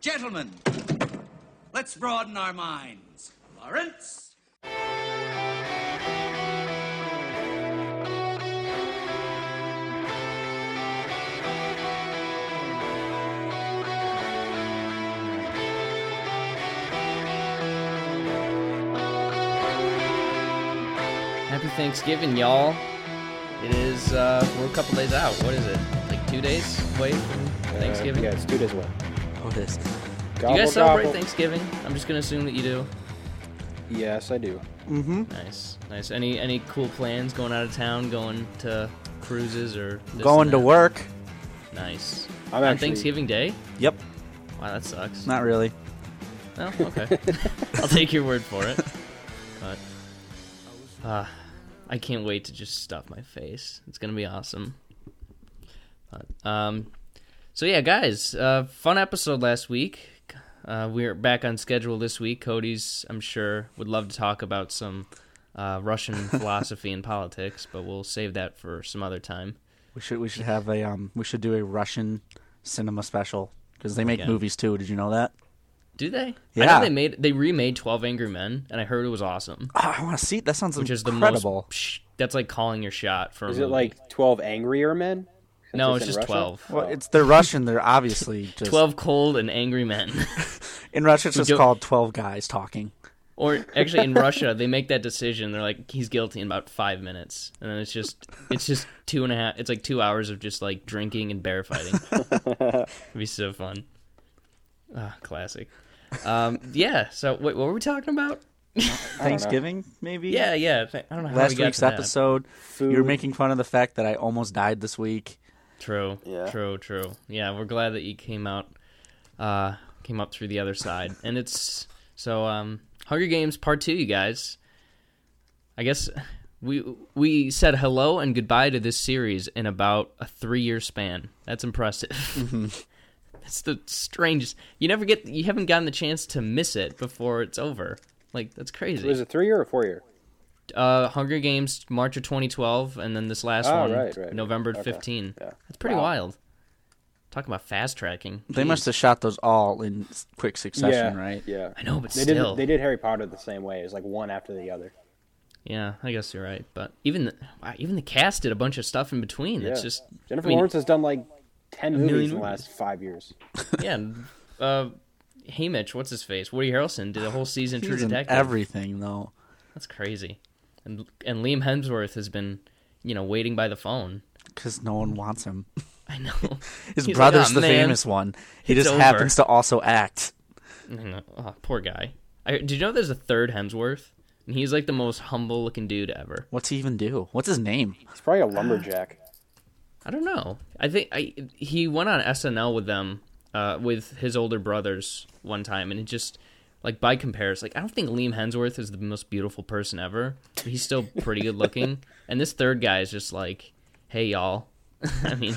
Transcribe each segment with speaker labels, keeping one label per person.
Speaker 1: Gentlemen, let's broaden our minds. Lawrence?
Speaker 2: Happy Thanksgiving, y'all. It is, uh, we're a couple days out. What is it? Like two days away from Thanksgiving?
Speaker 3: Uh, yeah, it's two days away.
Speaker 2: Oh, it is. Do you
Speaker 3: Gobble,
Speaker 2: guys celebrate
Speaker 3: gobble.
Speaker 2: Thanksgiving? I'm just gonna assume that you do.
Speaker 3: Yes, I do.
Speaker 2: Nice, nice. Any any cool plans? Going out of town? Going to cruises or this and
Speaker 4: going to
Speaker 2: that?
Speaker 4: work.
Speaker 2: Nice.
Speaker 3: I'm
Speaker 2: On
Speaker 3: actually-
Speaker 2: Thanksgiving Day?
Speaker 4: Yep.
Speaker 2: Wow, that sucks.
Speaker 4: Not really.
Speaker 2: Oh, okay. I'll take your word for it. But uh, I can't wait to just stuff my face. It's gonna be awesome. But um, so yeah, guys, uh, fun episode last week. Uh, we're back on schedule this week. Cody's, I'm sure, would love to talk about some uh, Russian philosophy and politics, but we'll save that for some other time.
Speaker 4: We should we should have a um we should do a Russian cinema special because they make
Speaker 2: God.
Speaker 4: movies too. Did you know that?
Speaker 2: Do they? I
Speaker 4: Yeah.
Speaker 2: know they made they remade Twelve Angry Men, and I heard it was awesome.
Speaker 4: Oh, I want to see. That sounds
Speaker 2: Which is the
Speaker 4: incredible.
Speaker 2: most. Psh, that's like calling your shot for. a
Speaker 3: Is it
Speaker 2: movie.
Speaker 3: like 12 angrier men? Since
Speaker 2: No, it's
Speaker 3: in
Speaker 2: just
Speaker 3: Russia?
Speaker 2: 12.
Speaker 4: well, it's they're Russian. They're obviously just
Speaker 2: 12 cold and angry men.
Speaker 4: in Russia. It's just
Speaker 2: go-
Speaker 4: called Twelve Guys Talking.
Speaker 2: or actually in Russia, they make that decision. They're like, he's guilty in about five minutes. And then it's just, it's just two and a half, it's like two hours of just like drinking and bear fighting. It'd be so fun. Ah, classic. Um, yeah. So wait, what were we talking about?
Speaker 4: Thanksgiving maybe.
Speaker 2: Yeah. Yeah. th- I don't know how we
Speaker 4: Last
Speaker 2: got
Speaker 4: week's
Speaker 2: to that.
Speaker 4: episode, you were
Speaker 3: Food.
Speaker 4: making fun of the fact that I almost died this week.
Speaker 2: True.
Speaker 3: Yeah.
Speaker 2: True. True. Yeah, we're glad that you came out, uh, came up through the other side, and it's so um, Hunger Games Part Two, you guys. I guess we we said hello and goodbye to this series in about a three year span. That's impressive.
Speaker 3: Mm-hmm.
Speaker 2: that's the strangest. You never get. You haven't gotten the chance to miss it before it's over. Like that's crazy.
Speaker 3: Was it three year or four year?
Speaker 2: Uh, Hunger Games March of 2012, and then this last
Speaker 3: Oh,
Speaker 2: one,
Speaker 3: right, right, right.
Speaker 2: November
Speaker 3: Okay.
Speaker 2: 15.
Speaker 3: Yeah.
Speaker 2: That's pretty
Speaker 3: Wow.
Speaker 2: wild. Talk about fast tracking.
Speaker 4: They
Speaker 2: Jeez.
Speaker 4: must have shot those all in s- quick succession,
Speaker 3: yeah.
Speaker 4: right?
Speaker 3: Yeah.
Speaker 2: I know, but
Speaker 3: They
Speaker 2: still.
Speaker 3: did, they did Harry Potter the same way. It was like one after the other.
Speaker 2: Yeah, I guess you're right. But even the, wow, even the cast did a bunch of stuff in between.
Speaker 3: Yeah.
Speaker 2: It's just
Speaker 3: Jennifer
Speaker 2: I mean,
Speaker 3: Lawrence has done like 10
Speaker 2: million
Speaker 3: movies in the
Speaker 2: movies.
Speaker 3: last five years.
Speaker 2: Yeah. and, Uh, Haymitch, what's his face? Woody Harrelson did a whole season
Speaker 4: He
Speaker 2: True
Speaker 4: was in
Speaker 2: Detective.
Speaker 4: everything though.
Speaker 2: That's crazy. And and Liam Hemsworth has been, you know, waiting by the phone.
Speaker 4: because no one wants him.
Speaker 2: I know.
Speaker 4: His
Speaker 2: He's like,
Speaker 4: brother's
Speaker 2: "Aw,
Speaker 4: the
Speaker 2: man."
Speaker 4: famous one. He
Speaker 2: It's
Speaker 4: just
Speaker 2: over.
Speaker 4: happens to also act.
Speaker 2: I know. Oh, poor guy. I, did you know there's a third Hemsworth? And he's like the most humble looking dude ever.
Speaker 4: What's he even do? What's his name?
Speaker 3: It's probably a lumberjack.
Speaker 2: I don't know. I think I he went on SNL with them, uh, with his older brothers one time, and it just like by comparison, like I don't think Liam Hemsworth is the most beautiful person ever. But he's still pretty good looking, and this third guy is just like, hey y'all. I mean,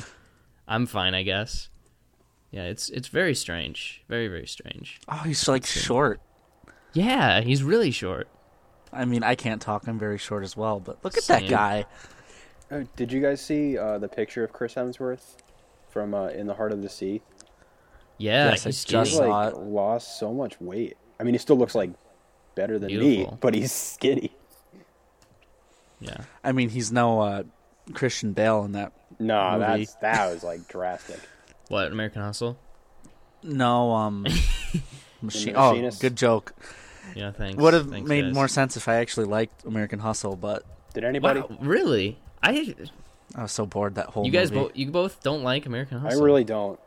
Speaker 2: I'm fine, I guess. Yeah, it's it's very strange, very very strange.
Speaker 4: Oh, he's like short.
Speaker 2: Yeah, he's really short.
Speaker 4: I mean, I can't talk. I'm very short as well. But look at
Speaker 2: Same.
Speaker 4: that guy.
Speaker 3: Oh, did you guys see uh, the picture of Chris Hemsworth from uh, In the Heart of the Sea?
Speaker 2: Yeah,
Speaker 4: Yes, I
Speaker 2: he's
Speaker 4: just
Speaker 3: He's
Speaker 2: skinny.
Speaker 4: saw
Speaker 3: like
Speaker 4: it.
Speaker 3: lost so much weight. I mean, he still looks like better than
Speaker 2: Beautiful.
Speaker 3: me, but he's skinny.
Speaker 2: yeah.
Speaker 4: I mean, he's no uh, Christian Bale in that.
Speaker 3: No,
Speaker 4: Movie.
Speaker 3: that's that was like drastic.
Speaker 2: What American Hustle?
Speaker 4: No, um, machine.
Speaker 3: The
Speaker 4: Oh,
Speaker 3: Machinist.
Speaker 4: good joke.
Speaker 2: Yeah, thanks.
Speaker 4: Would have
Speaker 2: Thanks,
Speaker 4: made
Speaker 2: guys.
Speaker 4: more sense if I actually liked American Hustle, but
Speaker 3: Did anybody?
Speaker 2: Wow, really? I
Speaker 4: I was so bored that whole.
Speaker 2: You guys
Speaker 4: movie.
Speaker 2: both you both don't like American
Speaker 3: I
Speaker 2: Hustle.
Speaker 3: really don't.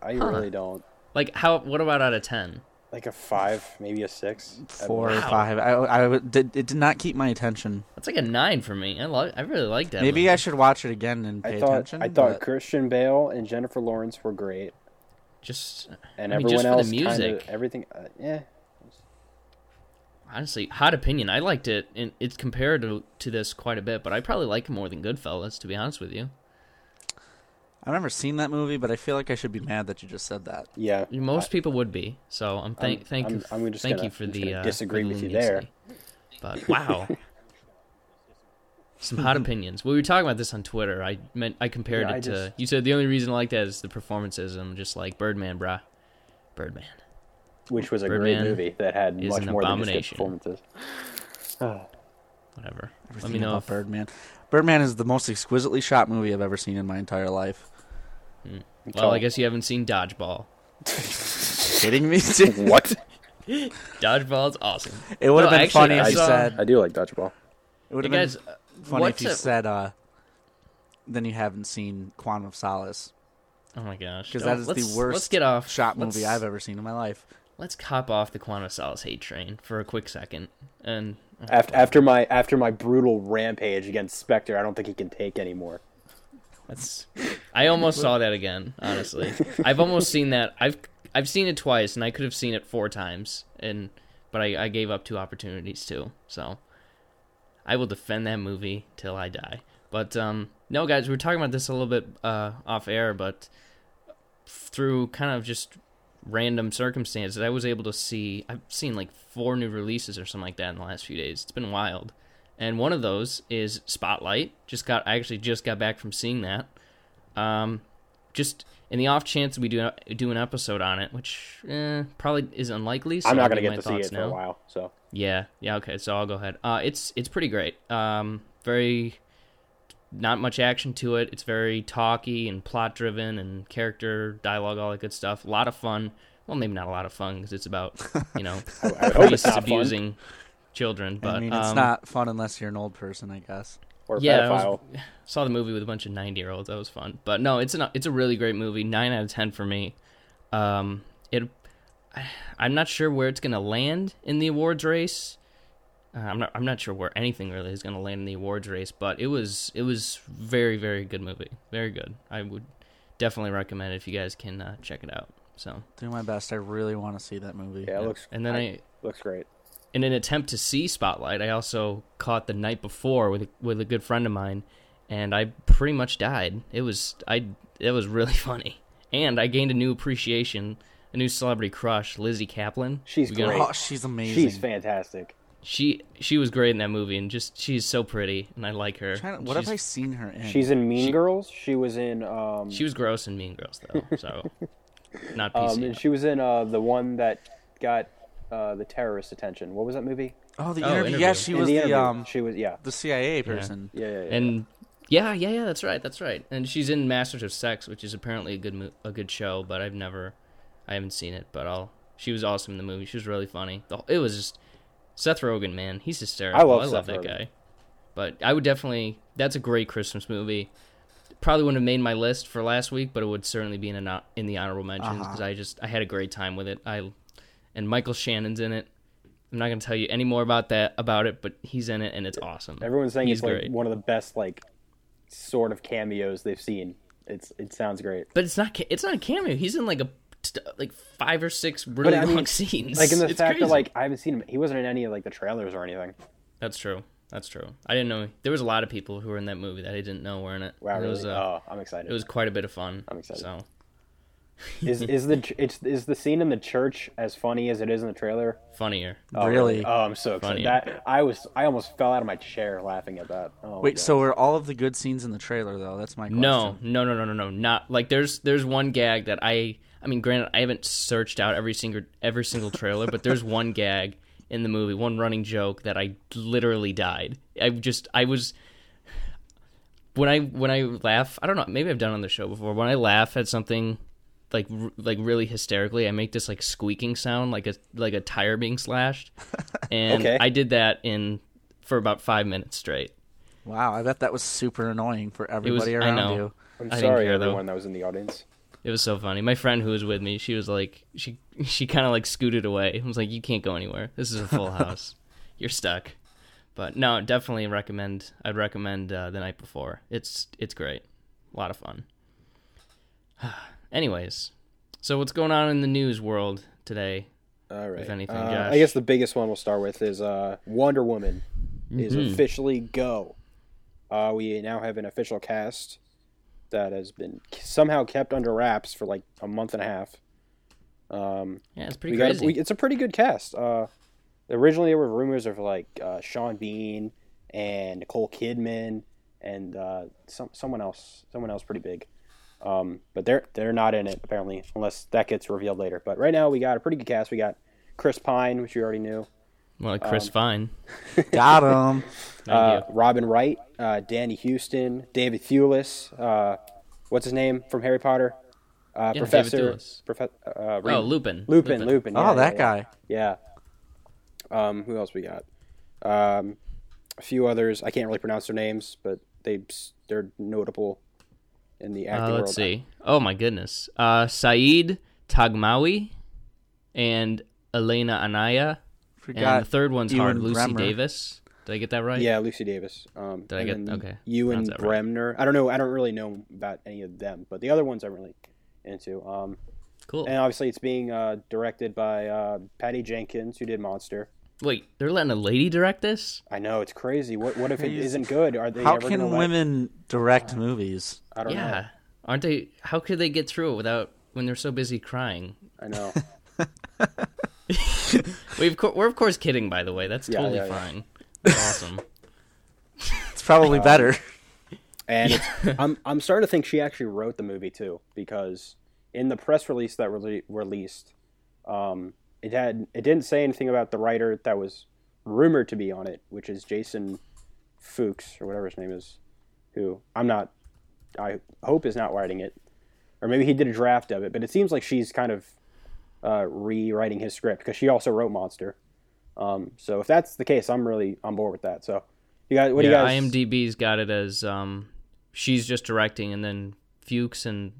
Speaker 3: I really don't.
Speaker 2: like how what about out of 10?
Speaker 3: Like a five, maybe a six. at
Speaker 4: four or
Speaker 3: most.
Speaker 2: Uh, Wow.
Speaker 4: five. I, I w- did. It did not keep my attention.
Speaker 2: That's like a 9 for me. I love I really like that.
Speaker 4: Maybe
Speaker 2: movie.
Speaker 4: I should watch it again and pay
Speaker 3: I thought
Speaker 4: attention.
Speaker 3: I thought
Speaker 4: but-
Speaker 3: Christian Bale and Jennifer Lawrence were great,
Speaker 2: just
Speaker 3: and
Speaker 2: I mean,
Speaker 3: everyone
Speaker 2: just
Speaker 3: else
Speaker 2: for the music.
Speaker 3: kind of everything. Uh, yeah,
Speaker 2: honestly, hot opinion. I liked it and it's compared to, to this quite a bit, but I probably like it more than Goodfellas to be honest with you.
Speaker 4: I've never seen that movie, but I feel like I should be mad that you just said that.
Speaker 3: yeah.
Speaker 2: Most people would be. So, I'm thank
Speaker 3: I'm-
Speaker 2: thank you.
Speaker 3: I'm- I'm just
Speaker 2: thank
Speaker 3: gonna-
Speaker 2: you for
Speaker 3: I'm just
Speaker 2: the
Speaker 3: gonna
Speaker 2: uh,
Speaker 3: disagree
Speaker 2: for the
Speaker 3: with you
Speaker 2: leniency. But wow. Some hot opinions. We were talking about this on Twitter. I meant I compared
Speaker 3: Yeah,
Speaker 2: it
Speaker 3: I
Speaker 2: to.
Speaker 3: just-
Speaker 2: You said the only reason I like that is the performances. and I'm just like Birdman, brah. Birdman.
Speaker 3: which was a great
Speaker 2: Birdman
Speaker 3: movie that had
Speaker 2: is
Speaker 3: much
Speaker 2: an
Speaker 3: more than just
Speaker 2: abomination.
Speaker 3: good performances.
Speaker 2: Whatever. Let
Speaker 4: Everything
Speaker 2: me know
Speaker 4: about
Speaker 2: if
Speaker 4: Birdman. Birdman is the most exquisitely shot movie I've ever seen in my entire life.
Speaker 2: Well, I guess you haven't seen Dodgeball.
Speaker 4: Kidding me?
Speaker 3: What?
Speaker 2: Dodgeball's awesome.
Speaker 4: It would have
Speaker 2: No,
Speaker 4: been
Speaker 2: actually,
Speaker 4: funny if
Speaker 2: I
Speaker 4: you
Speaker 2: saw-
Speaker 4: said.
Speaker 3: I do like dodgeball.
Speaker 2: Oh,
Speaker 4: It would
Speaker 2: Hey
Speaker 4: have been
Speaker 2: guys, uh,
Speaker 4: funny if
Speaker 2: what's
Speaker 4: you
Speaker 2: a...
Speaker 4: said. Uh, then you haven't seen Quantum of Solace
Speaker 2: Oh my gosh!
Speaker 4: because
Speaker 2: No,
Speaker 4: that is
Speaker 2: let's-
Speaker 4: the worst
Speaker 2: Let's get off
Speaker 4: shot
Speaker 2: let's-
Speaker 4: movie I've ever seen in my life.
Speaker 2: Let's cop off the Quantum of Solace hate train for a quick second, and
Speaker 3: After after my after my brutal rampage against Spectre, I don't think he can take anymore.
Speaker 2: That's. I almost saw that again. Honestly, I've almost seen that. I've I've seen it twice, and I could have seen it four times, and but I, I gave up two opportunities too. So, I will defend that movie till I die. But um, no, guys, we were talking about this a little bit uh, off air, but through kind of just random circumstances, I was able to see. I've seen like four new releases or something like that in the last few days. It's been wild. And one of those is Spotlight. Just got I actually just got back from seeing that. Um, just in the off chance we do do an episode on it, which eh, probably is unlikely. So
Speaker 3: I'm
Speaker 2: I'll
Speaker 3: not gonna
Speaker 2: give
Speaker 3: get
Speaker 2: my
Speaker 3: to see
Speaker 2: thoughts
Speaker 3: it for a
Speaker 2: now.
Speaker 3: while, so
Speaker 2: Yeah, yeah, okay. So I'll go ahead. Uh, it's it's pretty great. Um, very not much action to it. It's very talky and plot driven and character dialogue, all that good stuff. A lot of fun. Well, maybe not a lot of fun because it's about you know
Speaker 3: I hope it's
Speaker 2: priests
Speaker 3: not fun
Speaker 2: abusing children. But
Speaker 4: I mean, it's
Speaker 2: um,
Speaker 4: not fun unless you're an old person, I guess.
Speaker 3: or
Speaker 2: yeah, I was-
Speaker 3: pedophile.
Speaker 2: saw the movie with a bunch of 90 year olds that was fun but no it's an it's a really great movie 9 out of 10 for me um it I- i'm not sure where it's going to land in the awards race uh, i'm not i'm not sure where anything really is going to land in the awards race but it was it was very very good movie very good i would definitely recommend it if you guys can uh, check it out so
Speaker 4: Do my best. I really want to see that movie.
Speaker 3: Yeah, it looks
Speaker 2: and then i
Speaker 3: looks great.
Speaker 2: in an attempt to see Spotlight, I also caught the night before with with a good friend of mine, and I pretty much died. It was I it was really funny, and I gained a new appreciation, a new celebrity crush, Lizzie Kaplan.
Speaker 3: She's
Speaker 2: We got-
Speaker 3: great.
Speaker 4: Oh, she's amazing.
Speaker 3: She's fantastic.
Speaker 2: She she was great in that movie, and just she's so pretty, and I like her.
Speaker 4: Tryna- what
Speaker 2: she's,
Speaker 4: have I seen her in?
Speaker 3: She's in Mean Girls. She was in um,
Speaker 2: She was gross in Mean Girls though, so not
Speaker 3: um
Speaker 2: PC.
Speaker 3: and she was in uh the one that got uh the terrorist attention. What was that movie?
Speaker 4: oh, the
Speaker 2: Oh,
Speaker 4: interview.
Speaker 2: interview.
Speaker 4: Yeah, she
Speaker 3: In
Speaker 4: was
Speaker 3: the
Speaker 4: the,
Speaker 3: interview,
Speaker 4: um
Speaker 3: she was yeah.
Speaker 4: the CIA person.
Speaker 3: Yeah, yeah, yeah.
Speaker 2: and yeah, yeah, yeah, that's right, that's right. And she's in Masters of Sex, which is apparently a good mo- a good show, but I've never, I haven't seen it. But I'll. She was awesome in the movie. She was really funny. The, whole- it was just Seth Rogen, man. He's hysterical.
Speaker 3: I
Speaker 2: I
Speaker 3: love
Speaker 2: love,
Speaker 3: Seth
Speaker 2: that
Speaker 3: Rogen.
Speaker 2: guy. But I would definitely. That's a great Christmas movie. Probably wouldn't have made my list for last week, but it would certainly be in a, in the honorable mentions
Speaker 3: Uh-huh.
Speaker 2: because I just I had a great time with it. I and Michael Shannon's in it. I'm not going to tell you any more about that about it, but he's in it and it's awesome.
Speaker 3: Everyone's saying
Speaker 2: he's
Speaker 3: it's like
Speaker 2: great.
Speaker 3: one of the best like sort of cameos they've seen. It's it sounds great.
Speaker 2: But it's not. ca- It's not a cameo. He's in like a like five or six really
Speaker 3: I mean,
Speaker 2: long scenes.
Speaker 3: Like in the
Speaker 2: It's
Speaker 3: fact that
Speaker 2: crazy.
Speaker 3: like I haven't seen him. He wasn't in any of like the trailers or anything.
Speaker 2: that's true. That's true. I didn't know there was a lot of people who were in that movie that I didn't know were in it.
Speaker 3: Wow,
Speaker 2: And
Speaker 3: really?
Speaker 2: It was uh,
Speaker 3: oh, I'm excited.
Speaker 2: it was quite a bit of fun.
Speaker 3: I'm excited.
Speaker 2: So
Speaker 3: is is the ch- it's is the scene in the church as funny as it is in the trailer?
Speaker 2: funnier.
Speaker 3: Oh,
Speaker 4: Really?
Speaker 3: Oh, I'm so
Speaker 2: Funny.
Speaker 3: excited. That I was I almost fell out of my chair laughing at that. Oh, my
Speaker 4: Wait,
Speaker 3: God.
Speaker 4: so are all of the good scenes in the trailer though? That's my question.
Speaker 2: No, no, no, no, no, no. Not like there's there's one gag that I I mean, granted, I haven't searched out every single every single trailer, but there's one gag in the movie, one running joke that I literally died. I just I was when I when I laugh, I don't know, maybe I've done it on the show before. When I laugh at something like r- like really hysterically, I make this like squeaking sound, like a like a tire being slashed, and
Speaker 3: Okay.
Speaker 2: I did that in for about five minutes straight.
Speaker 4: Wow, I bet that was super annoying for everybody
Speaker 2: I
Speaker 4: around
Speaker 2: know.
Speaker 4: you.
Speaker 3: I'm
Speaker 2: I didn't
Speaker 3: sorry,
Speaker 2: care, though.
Speaker 3: everyone that was in the audience.
Speaker 2: It was so funny. My friend who was with me, she was like, she she kind of like scooted away. I was like, you can't go anywhere. This is a full house. You're stuck. But no, definitely recommend. I'd recommend uh, the night before. It's it's great. A lot of fun. Anyways, so what's going on in the news world today?
Speaker 3: All right.
Speaker 2: anything,
Speaker 3: Uh,
Speaker 2: Josh.
Speaker 3: I guess the biggest one we'll start with is uh, Wonder Woman is
Speaker 2: Mm-hmm.
Speaker 3: officially go. Uh, we now have an official cast that has been somehow kept under wraps for like a month and a half. Um,
Speaker 2: Yeah, it's
Speaker 3: we
Speaker 2: pretty
Speaker 3: got
Speaker 2: crazy.
Speaker 3: we, it's a pretty good cast. Uh, originally there were rumors of like uh, Sean Bean and Nicole Kidman and uh, some someone else someone else pretty big. Um, but they're they're not in it apparently, unless that gets revealed later. But right now we got a pretty good cast. We got Chris Pine, which you already knew.
Speaker 2: Well, Chris Fine.
Speaker 4: Got him.
Speaker 2: Thank
Speaker 3: um, Uh,
Speaker 2: you.
Speaker 3: Robin Wright, uh, Danny Houston, David Thewlis. Uh, what's his name from Harry Potter? Uh,
Speaker 2: David
Speaker 3: Professor.
Speaker 2: Thewlis.
Speaker 3: Profe- uh,
Speaker 2: Oh,
Speaker 3: Reed-
Speaker 2: Lupin.
Speaker 3: Lupin. Lupin. yeah,
Speaker 4: Oh, that
Speaker 3: yeah,
Speaker 4: guy.
Speaker 3: Yeah. yeah. Um, who else we got? Um, a few others. I can't really pronounce their names, but they they're notable in the
Speaker 2: Uh,
Speaker 3: acting world.
Speaker 2: let's see. Oh my goodness. Uh, Saeed Tagmawi and Elena Anaya.
Speaker 4: Forgot.
Speaker 2: and the third one's
Speaker 4: Ewan
Speaker 2: hard. Lucy
Speaker 4: Bremmer.
Speaker 2: Davis. Did I get that right?
Speaker 3: Yeah, Lucy Davis. Um,
Speaker 2: Did I
Speaker 3: and
Speaker 2: get-
Speaker 3: then
Speaker 2: okay,
Speaker 3: Ewan
Speaker 2: pronounce that right.
Speaker 3: Bremner. I don't know. I don't really know about any of them, but the other ones I'm really into. Um,
Speaker 2: Cool.
Speaker 3: and obviously, it's being uh, directed by uh, Patty Jenkins, who did Monster.
Speaker 2: Wait, they're letting a lady direct this?
Speaker 3: I know it's crazy. What what if it
Speaker 4: Crazy.
Speaker 3: isn't good? Are they
Speaker 4: How
Speaker 3: ever
Speaker 4: can
Speaker 3: gonna let-
Speaker 4: women direct movies?
Speaker 3: I don't
Speaker 2: Yeah.
Speaker 3: know.
Speaker 2: Aren't they? How could they get through it without when they're so busy crying?
Speaker 3: I know.
Speaker 2: We've co- we're of course kidding, by the way. That's
Speaker 3: Yeah,
Speaker 2: totally
Speaker 3: yeah, yeah.
Speaker 2: fine. awesome.
Speaker 4: It's probably better.
Speaker 3: And it's, I'm I'm starting to think she actually wrote the movie too, because in the press release that rele- released, um, it had it didn't say anything about the writer that was rumored to be on it, which is Jason Fuchs or whatever his name is, who I'm not, I hope is not writing it, or maybe he did a draft of it, but it seems like she's kind of uh, rewriting his script because she also wrote Monster. Um, so if that's the case, I'm really on board with that. So you guys, what
Speaker 2: yeah,
Speaker 3: do you guys?
Speaker 2: IMDb's got it as um, she's just directing, and then Fuchs and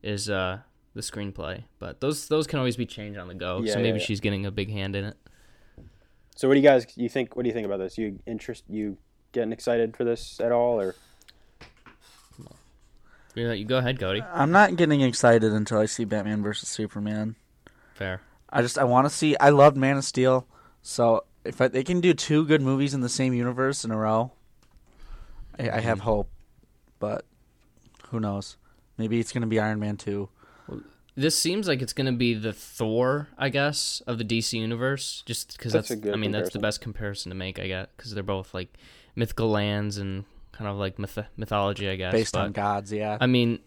Speaker 2: is uh the screenplay. But those those can always be changed on the go.
Speaker 3: Yeah,
Speaker 2: so
Speaker 3: yeah,
Speaker 2: maybe
Speaker 3: yeah.
Speaker 2: she's getting a big hand in it.
Speaker 3: So what do you guys you think what do you think about this? You interest you getting excited for this at all or
Speaker 2: You, know, you go ahead, Cody.
Speaker 4: I'm not getting excited until I see Batman versus Superman.
Speaker 2: Fair.
Speaker 4: I just I want to see. I loved Man of Steel, so if I, they can do two good movies in the same universe in a row, I, I
Speaker 2: Mm-hmm.
Speaker 4: have hope. But who knows? Maybe it's gonna be Iron Man two.
Speaker 2: This seems like it's going to be the Thor, I guess, of the DC universe. Just because
Speaker 3: That's
Speaker 2: that's,
Speaker 3: a good
Speaker 2: I mean, that's the
Speaker 3: comparison.
Speaker 2: best comparison to make, I guess, because they're both like mythical lands and kind of like myth- mythology, I guess.
Speaker 4: based on
Speaker 2: but-
Speaker 4: gods. Yeah,
Speaker 2: I mean,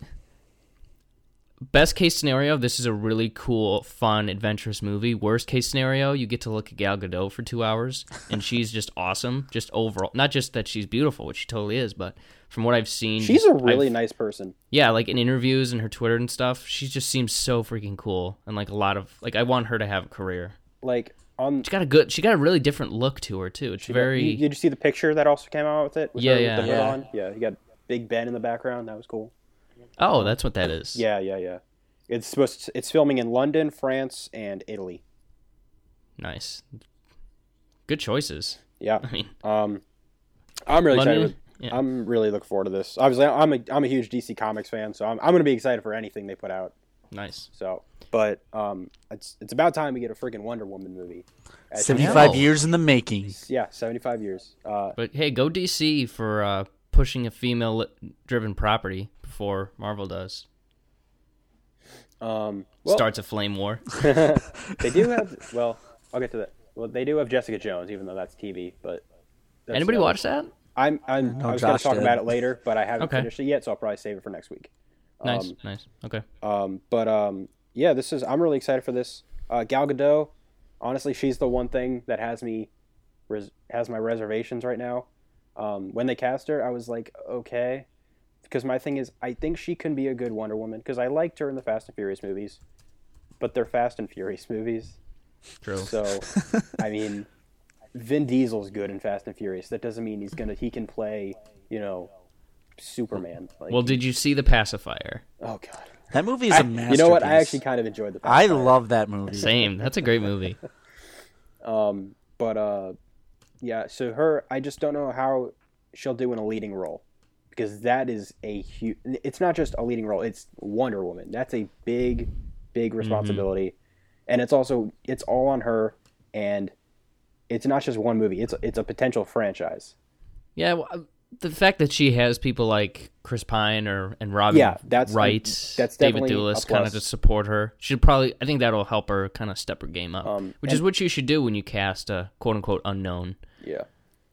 Speaker 2: best case scenario, this is a really cool, fun, adventurous movie. Worst case scenario, you get to look at Gal Gadot for two hours, and she's just awesome. Just overall, not just that she's beautiful, which she totally is, but from what I've seen,
Speaker 3: She's
Speaker 2: just-
Speaker 3: a
Speaker 2: I've-
Speaker 3: really nice person.
Speaker 2: yeah, like in interviews and her Twitter and stuff, she just seems so freaking cool. And like a lot of like, I want her to have a career.
Speaker 3: Like on
Speaker 2: She got a good, she got a really different look to her too. It's very
Speaker 3: you- did you see the picture that also came out with it? With
Speaker 2: Yeah,
Speaker 3: her
Speaker 2: yeah.
Speaker 3: With the hood
Speaker 4: Yeah.
Speaker 3: on? Yeah, you got Big Ben in the background. That was cool.
Speaker 2: oh, that's what that is.
Speaker 3: Yeah, yeah, yeah. It's supposed to, it's filming in London, France, and Italy.
Speaker 2: nice, good choices.
Speaker 3: Yeah.
Speaker 2: I mean,
Speaker 3: Um I'm really
Speaker 2: London,
Speaker 3: excited. with-
Speaker 2: yeah.
Speaker 3: I'm really looking forward to this. Obviously, I'm a I'm a huge DC Comics fan, so I'm I'm going to be excited for anything they put out.
Speaker 2: nice.
Speaker 3: So, but um it's it's about time we get a freaking Wonder Woman movie. As-
Speaker 4: seventy five
Speaker 2: No.
Speaker 4: years in the making.
Speaker 3: Yeah, 75 years. Uh,
Speaker 2: But hey, go DC for uh, pushing a female-driven property before Marvel does
Speaker 3: um, well,
Speaker 2: starts a flame war.
Speaker 3: they do have. Well, I'll get to that. Well, they do have Jessica Jones, even though that's TV. But that's
Speaker 2: Anybody
Speaker 3: the other-
Speaker 2: watch that?
Speaker 3: I'm. I'm
Speaker 4: No,
Speaker 3: I was going
Speaker 4: Josh
Speaker 3: to talk
Speaker 4: did.
Speaker 3: about it later, but I haven't
Speaker 2: Okay.
Speaker 3: finished it yet, so I'll probably save it for next week.
Speaker 2: Nice, nice. Okay,
Speaker 3: Um, but um, yeah, this is. I'm really excited for this. Uh, Gal Gadot. Honestly, she's the one thing that has me res- has my reservations right now. Um, when they cast her, I was like, okay, because my thing is, I think she can be a good Wonder Woman because I liked her in the Fast and Furious movies, but they're Fast and Furious movies.
Speaker 2: true.
Speaker 3: So, I mean, Vin Diesel's good in Fast and Furious. That doesn't mean he's gonna he can play, you know, Superman. Like,
Speaker 2: well, did you see the pacifier?
Speaker 3: oh god,
Speaker 4: That movie is a
Speaker 3: I-
Speaker 4: masterpiece.
Speaker 3: you know what? I actually kind of enjoyed the. Fast
Speaker 4: I
Speaker 3: and Furious.
Speaker 4: love that movie.
Speaker 2: Same. That's a great movie.
Speaker 3: Um, but uh, yeah. So her, I just don't know how she'll do in a leading role because that is a huge. It's not just a leading role; it's Wonder Woman. That's a big,
Speaker 4: Mm-hmm.
Speaker 3: big responsibility, and it's also it's all on her. And it's not just one movie; it's it's a potential franchise.
Speaker 2: Yeah, well, uh, the fact that she has people like Chris Pine or and Robin
Speaker 3: Yeah, that's-
Speaker 2: Wright,
Speaker 3: that's
Speaker 2: David
Speaker 3: definitely a
Speaker 2: Doolis, kind
Speaker 3: plus.
Speaker 2: of to support her. She'll probably, I think that'll help her kind of step her game up,
Speaker 3: Um,
Speaker 2: which is what you should do when you cast a quote unquote unknown.
Speaker 3: Yeah.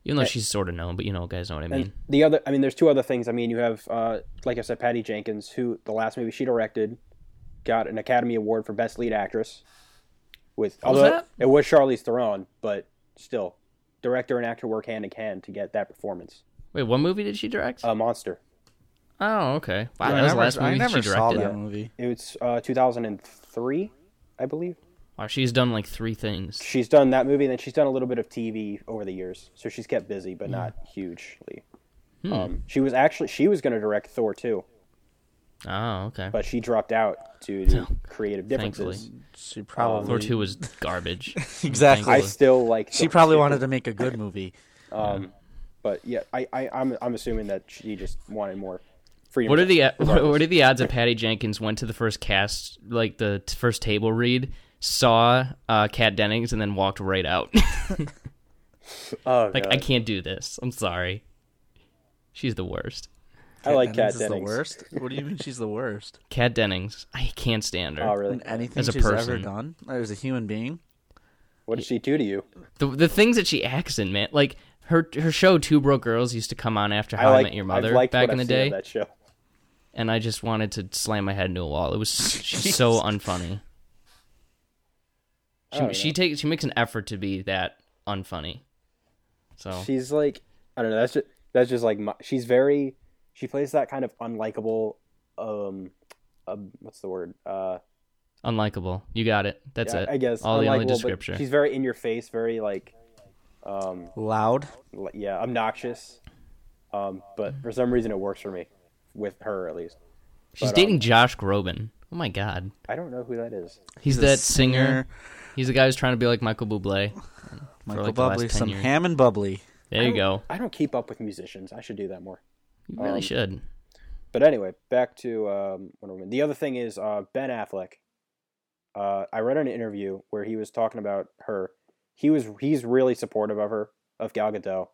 Speaker 2: Even though she's sort of known, but you know, guys know what I mean.
Speaker 3: And the other, I mean, there's two other things. I mean, you have, uh, like I said, Patty Jenkins, who the last movie she directed got an Academy Award for Best Lead Actress. With although
Speaker 2: that?
Speaker 3: it was Charlize Theron, but still, director and actor work hand in hand to get that performance.
Speaker 2: Wait, what movie did she direct?
Speaker 3: A monster.
Speaker 2: oh, okay. Wow,
Speaker 4: Uh, I
Speaker 2: that was
Speaker 4: never-
Speaker 2: the last movie
Speaker 4: I never
Speaker 2: she
Speaker 4: saw
Speaker 2: directed.
Speaker 4: that movie.
Speaker 3: It was uh, 2003, I believe.
Speaker 2: Wow, she's done like three things.
Speaker 3: She's done that movie, and then she's done a little bit of TV over the years. So she's kept busy,
Speaker 2: Hmm.
Speaker 3: but not hugely. Um, she was actually she was going to direct Thor too,
Speaker 2: Oh, okay.
Speaker 3: but she dropped out due to creative
Speaker 2: Thankfully.
Speaker 3: differences.
Speaker 4: She
Speaker 2: Thor
Speaker 4: probably
Speaker 2: two was garbage.
Speaker 4: exactly.
Speaker 3: I still like.
Speaker 4: she probably wanted to make a good movie.
Speaker 3: but yeah, I, I I'm I'm assuming that she just wanted more freedom.
Speaker 2: What are the what,
Speaker 3: regardless.
Speaker 2: what are the odds that Patty Jenkins went to the first cast, like the t- first table read, saw uh, Kat Dennings, and then walked right out?
Speaker 3: Oh,
Speaker 2: like,
Speaker 3: God.
Speaker 2: I can't do this. I'm sorry. She's the worst.
Speaker 3: I like
Speaker 4: Dennings
Speaker 3: Kat
Speaker 4: is
Speaker 3: Dennings.
Speaker 4: the worst. What do you mean she's the worst?
Speaker 2: Kat Dennings. I can't stand her.
Speaker 3: Oh really?
Speaker 4: In anything
Speaker 2: As a
Speaker 4: she's ever
Speaker 2: person.
Speaker 4: done as a human being.
Speaker 3: What did she do to you?
Speaker 2: the the things that she acts in, man. Like her her show Two Broke Girls used to come on after How I,
Speaker 3: like
Speaker 2: Met Your
Speaker 3: I've
Speaker 2: Mother
Speaker 3: liked
Speaker 2: back
Speaker 3: what
Speaker 2: in the
Speaker 3: I've seen of
Speaker 2: day,
Speaker 3: That show.
Speaker 2: and I just wanted to slam my head into a wall. It was she's so unfunny.
Speaker 3: Oh,
Speaker 2: She she takes she makes an effort to be that unfunny. So
Speaker 3: She's like I don't know. That's just that's just like my, she's very she plays that kind of unlikable. Um, um what's the word? Uh,
Speaker 2: unlikable. You got it. That's
Speaker 3: yeah,
Speaker 2: it.
Speaker 3: I guess
Speaker 2: all the only
Speaker 3: unlikable, but
Speaker 2: description.
Speaker 3: She's very in your face. Very like
Speaker 4: Loud.
Speaker 3: l- yeah, obnoxious. Um, but for some reason it works for me, with her at least.
Speaker 2: She's
Speaker 3: but,
Speaker 2: dating Josh Groban. Oh my god,
Speaker 3: I don't know who that is.
Speaker 2: he's,
Speaker 4: a
Speaker 2: that singer. He's the guy who's trying to be like Michael Bublé.
Speaker 4: Michael
Speaker 2: like the last
Speaker 4: Bubbly,
Speaker 2: 10
Speaker 4: some
Speaker 2: years.
Speaker 4: ham and bubbly.
Speaker 2: There you go.
Speaker 3: I don't Um, keep up with musicians. I should do that more.
Speaker 2: You really should.
Speaker 3: But anyway, back to um, Wonder Woman. The other thing is uh, Ben Affleck. Uh, I read an interview where he was talking about her. He was he's really supportive of her of Gal Gadot,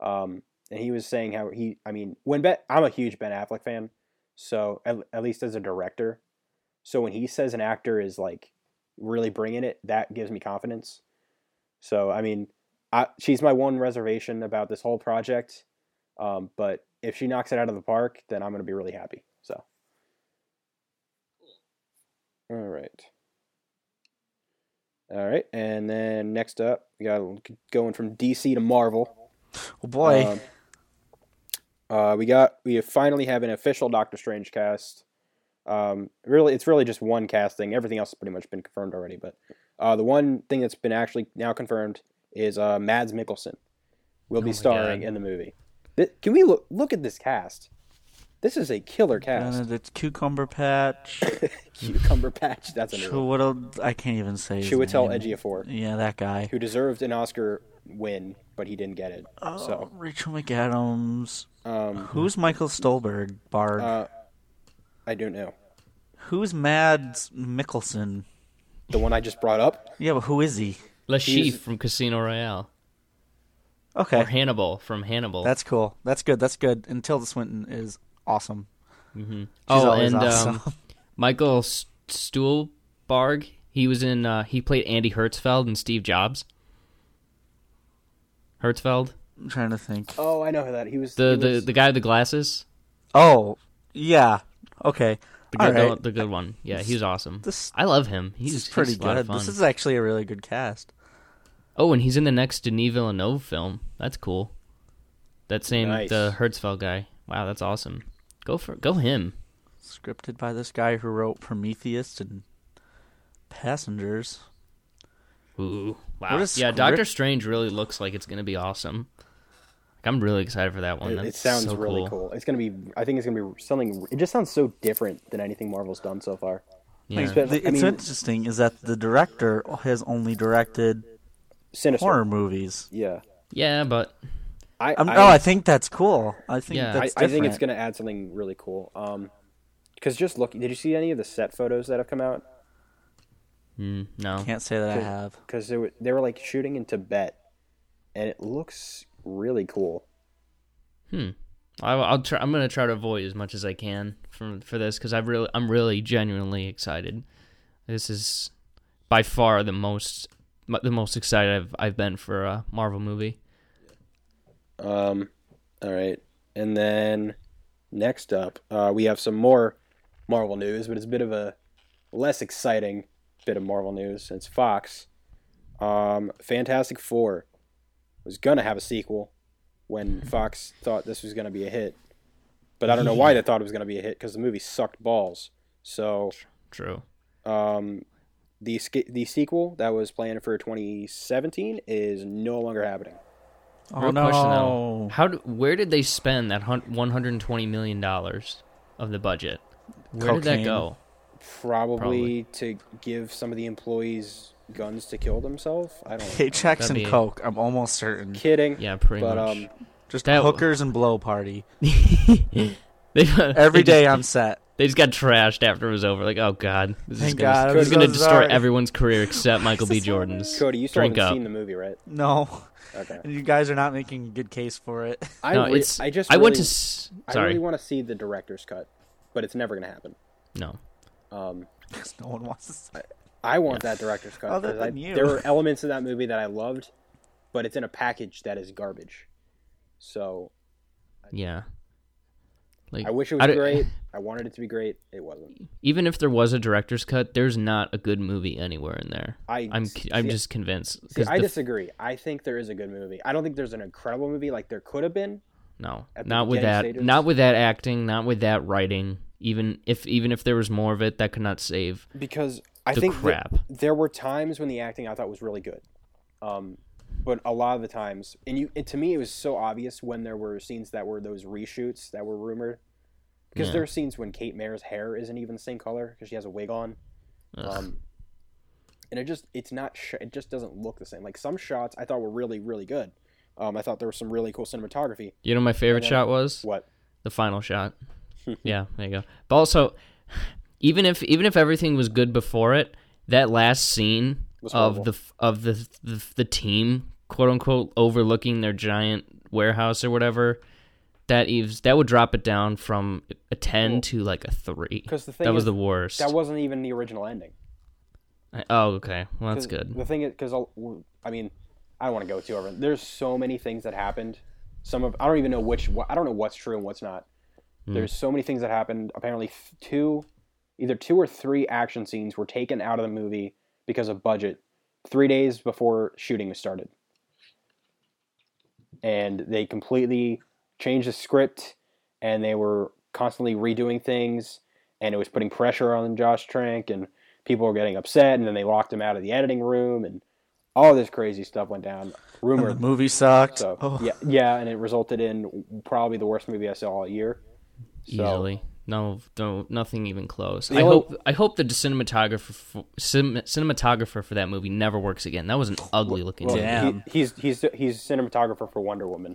Speaker 3: um, and he was saying how he. I mean, when Ben, I'm a huge Ben Affleck fan, so at, at least as a director. So when he says an actor is like really bringing it, that gives me confidence. So I mean, I, she's my one reservation about this whole project. Um, but if she knocks it out of the park, then I'm going to be really happy. So. All right. All right. And then next up, we got going from DC to Marvel.
Speaker 4: Oh boy.
Speaker 3: Um, uh, we got we finally have an official Doctor Strange cast. Um, really, it's really just one casting. Everything else has pretty much been confirmed already. But uh, the one thing that's been actually now confirmed is uh, Mads Mikkelsen will be starring
Speaker 2: God.
Speaker 3: in the movie. Th- can we look look at this cast? This is a killer cast.
Speaker 4: Benedict Cucumber Patch.
Speaker 3: Cucumber Patch. That's a new one.
Speaker 4: Chiwetel, I can't even say his
Speaker 3: Chiwetel
Speaker 4: name.
Speaker 3: Ejiofor,
Speaker 4: Yeah, that guy.
Speaker 3: who deserved an Oscar win, but he didn't get it. So
Speaker 4: Rachel Oh, McAdams.
Speaker 3: um,
Speaker 2: Hmm.
Speaker 4: Who's Michael Stolberg? Bard.
Speaker 3: Uh, I don't know.
Speaker 4: Who's Mads Mikkelsen?
Speaker 3: The one I just brought up.
Speaker 4: Yeah, but who is he?
Speaker 2: Lashif from Casino Royale
Speaker 4: Okay,
Speaker 2: or Hannibal from Hannibal.
Speaker 4: that's cool. That's good. That's good. And Tilda Swinton is awesome. She's
Speaker 2: oh,
Speaker 4: always
Speaker 2: and
Speaker 4: awesome.
Speaker 2: um, Michael S- Stuhlbarg. He was in. Uh, he played Andy Hertzfeld and Steve Jobs. Hertzfeld,
Speaker 4: I'm trying to think.
Speaker 3: Oh, I know who that. He was
Speaker 2: the
Speaker 3: he
Speaker 2: the,
Speaker 3: was-
Speaker 2: the guy with the glasses,
Speaker 4: Oh, yeah. Okay.
Speaker 2: the
Speaker 4: All
Speaker 2: good
Speaker 4: right.
Speaker 2: the, the good one. Yeah, he was awesome.
Speaker 4: this-
Speaker 2: I love him. He's,
Speaker 4: This is
Speaker 2: he's
Speaker 4: pretty
Speaker 2: a lot of
Speaker 4: good.
Speaker 2: fun.
Speaker 4: This is actually a really good cast.
Speaker 2: oh, and he's in the next Denis Villeneuve film. That's cool. That same
Speaker 3: Nice.
Speaker 2: the Hertzfeld guy. Wow, that's awesome. Go for go him.
Speaker 4: Scripted by this guy who wrote Prometheus and Passengers.
Speaker 2: Ooh, wow.
Speaker 4: a
Speaker 2: Yeah,
Speaker 4: script.
Speaker 2: Doctor Strange really looks like it's gonna be awesome. Like, I'm really excited for that one.
Speaker 3: It,
Speaker 2: That's
Speaker 3: it sounds
Speaker 2: so
Speaker 3: really cool. It's gonna be. I think it's gonna be something. It just sounds so different than anything Marvel's done so far.
Speaker 2: Yeah.
Speaker 3: But,
Speaker 4: The-
Speaker 3: I
Speaker 4: it's
Speaker 3: mean,
Speaker 4: interesting is that the director has only directed
Speaker 3: sinister.
Speaker 4: horror movies.
Speaker 3: Yeah.
Speaker 2: Yeah, but
Speaker 3: I.
Speaker 4: i
Speaker 3: I,
Speaker 4: oh, I think that's cool. I think
Speaker 2: Yeah.
Speaker 4: that's
Speaker 3: I, I think it's
Speaker 4: different.
Speaker 3: gonna add something really cool. Um, because just look, did you see any of the set photos that have come out?
Speaker 2: mm, no.
Speaker 4: Can't say that I have.
Speaker 3: Because they were they were like shooting in Tibet, and it looks really cool.
Speaker 2: I, I'll try. I'm gonna try to avoid as much as I can from for this because I really, I'm really genuinely excited. This is by far the most, m- the most excited I've I've been for a Marvel movie.
Speaker 3: Um, all right. And then next up, uh, we have some more Marvel news, but it's a bit of a less exciting bit of Marvel news. It's Fox. Um, Fantastic Four was going to have a sequel when Fox thought this was going to be a hit. But I don't know why they thought it was going to be a hit because the movie sucked balls. So
Speaker 2: True.
Speaker 3: um, the sk- the sequel that was planned for 2017 is no longer happening.
Speaker 4: Oh
Speaker 2: Real
Speaker 4: no!
Speaker 2: question though, how do, where did they spend that hun- 120 million dollars of the budget? Where did that
Speaker 4: Cocaine.
Speaker 2: go?
Speaker 3: Probably,
Speaker 2: Probably.
Speaker 3: to give some of the employees guns to kill themselves. I don't. know.
Speaker 4: Paychecks
Speaker 2: That'd
Speaker 4: and
Speaker 2: be-
Speaker 4: coke. I'm almost certain.
Speaker 3: Kidding.
Speaker 2: Yeah, pretty
Speaker 3: But
Speaker 2: much.
Speaker 3: um,
Speaker 4: Just
Speaker 2: That-
Speaker 4: hookers and blow party
Speaker 2: they,
Speaker 4: every
Speaker 2: they
Speaker 4: day
Speaker 2: Just,
Speaker 4: on set.
Speaker 2: they just got trashed after it was over. Like, oh god, this is
Speaker 4: Thank
Speaker 2: gonna,
Speaker 4: God, I'm
Speaker 2: this is gonna
Speaker 4: so
Speaker 2: destroy
Speaker 4: sorry.
Speaker 2: everyone's career except Michael B. Jordan's.
Speaker 3: Cody, you still
Speaker 2: Drink
Speaker 3: haven't
Speaker 2: up.
Speaker 3: seen the movie, right?
Speaker 4: No,
Speaker 3: Okay.
Speaker 4: and you guys are not making a good case for it.
Speaker 3: I
Speaker 2: No,
Speaker 3: re-
Speaker 2: it's.
Speaker 3: I just.
Speaker 2: I went to.
Speaker 3: really-
Speaker 2: s-
Speaker 3: I
Speaker 2: Sorry,
Speaker 3: really want to see the director's cut, but it's never gonna happen.
Speaker 2: no.
Speaker 3: Um,
Speaker 4: 'Cause no one wants to. See.
Speaker 3: I want Oh, that director's cut.
Speaker 4: Other
Speaker 3: 'cause I-
Speaker 4: than you.
Speaker 3: There were elements of that movie that I loved, but it's in a package that is garbage. So
Speaker 2: Yeah. Like
Speaker 3: I wish it
Speaker 2: I
Speaker 3: was
Speaker 2: don't-
Speaker 3: great. I wanted it to be great. It wasn't.
Speaker 2: Even if there was a director's cut, there's not a good movie anywhere in there.
Speaker 3: I-
Speaker 2: I'm
Speaker 3: see,
Speaker 2: I'm
Speaker 3: I-
Speaker 2: just convinced.
Speaker 3: See,
Speaker 2: 'cause
Speaker 3: I
Speaker 2: the-
Speaker 3: disagree. I think there is a good movie. I don't think there's an incredible movie like there could have been.
Speaker 2: No,
Speaker 3: at the
Speaker 2: not with
Speaker 3: beginning
Speaker 2: that.
Speaker 3: stages?
Speaker 2: Not with that acting. Not with that writing. Even if even if there was more of it, that could not save.
Speaker 3: because I
Speaker 2: The
Speaker 3: think that
Speaker 2: crap.
Speaker 3: there were times when the acting I thought was really good, um, but a lot of the times, and you and to me it was so obvious when there were scenes that were those reshoots that were rumored, because
Speaker 2: Yeah.
Speaker 3: there are scenes when Kate Mayer's hair isn't even the same color because she has a wig on, um, and it just it's not sh- it just doesn't look the same. Like some shots I thought were really really good. Um, I thought there was some really cool cinematography.
Speaker 2: You know, what my favorite shot was
Speaker 3: What?
Speaker 2: the final shot. yeah, there you go. But also, even if even if everything was good before it, that last scene
Speaker 3: horrible.
Speaker 2: of the f- of the, the the team quote unquote overlooking their giant warehouse or whatever. That eves that would drop it down from a ten to like a three.
Speaker 3: 'Cause the
Speaker 2: that
Speaker 3: thing
Speaker 2: was
Speaker 3: is,
Speaker 2: the worst.
Speaker 3: That wasn't even the original ending.
Speaker 2: I- oh, okay. Well, that's
Speaker 3: 'Cause
Speaker 2: good.
Speaker 3: The thing is, because I mean, I don't want to go too over. There's so many things that happened. Some of I don't even know which. wh- I don't know what's true and what's not.
Speaker 2: Hmm.
Speaker 3: There's so many things that happened. Apparently, f- two, either two or three action scenes were taken out of the movie because of budget. Three days before shooting was started, and they completely changed the script, and they were constantly redoing things, and it was putting pressure on Josh Trank, and people were getting upset, and then they locked him out of the editing room, and all this crazy stuff went down.
Speaker 4: And the
Speaker 3: Rumor,
Speaker 4: movie sucked.
Speaker 3: so
Speaker 4: oh.
Speaker 3: yeah, yeah, and it resulted in probably the worst movie I saw all year. So-
Speaker 2: easily. No, no, nothing even close. I
Speaker 3: only-
Speaker 2: hope I hope that the cinematographer for, cin- cinematographer for that movie never works again. That was an ugly looking
Speaker 3: Well,
Speaker 2: movie.
Speaker 4: Damn.
Speaker 3: he- he's he's he's cinematographer for Wonder Woman.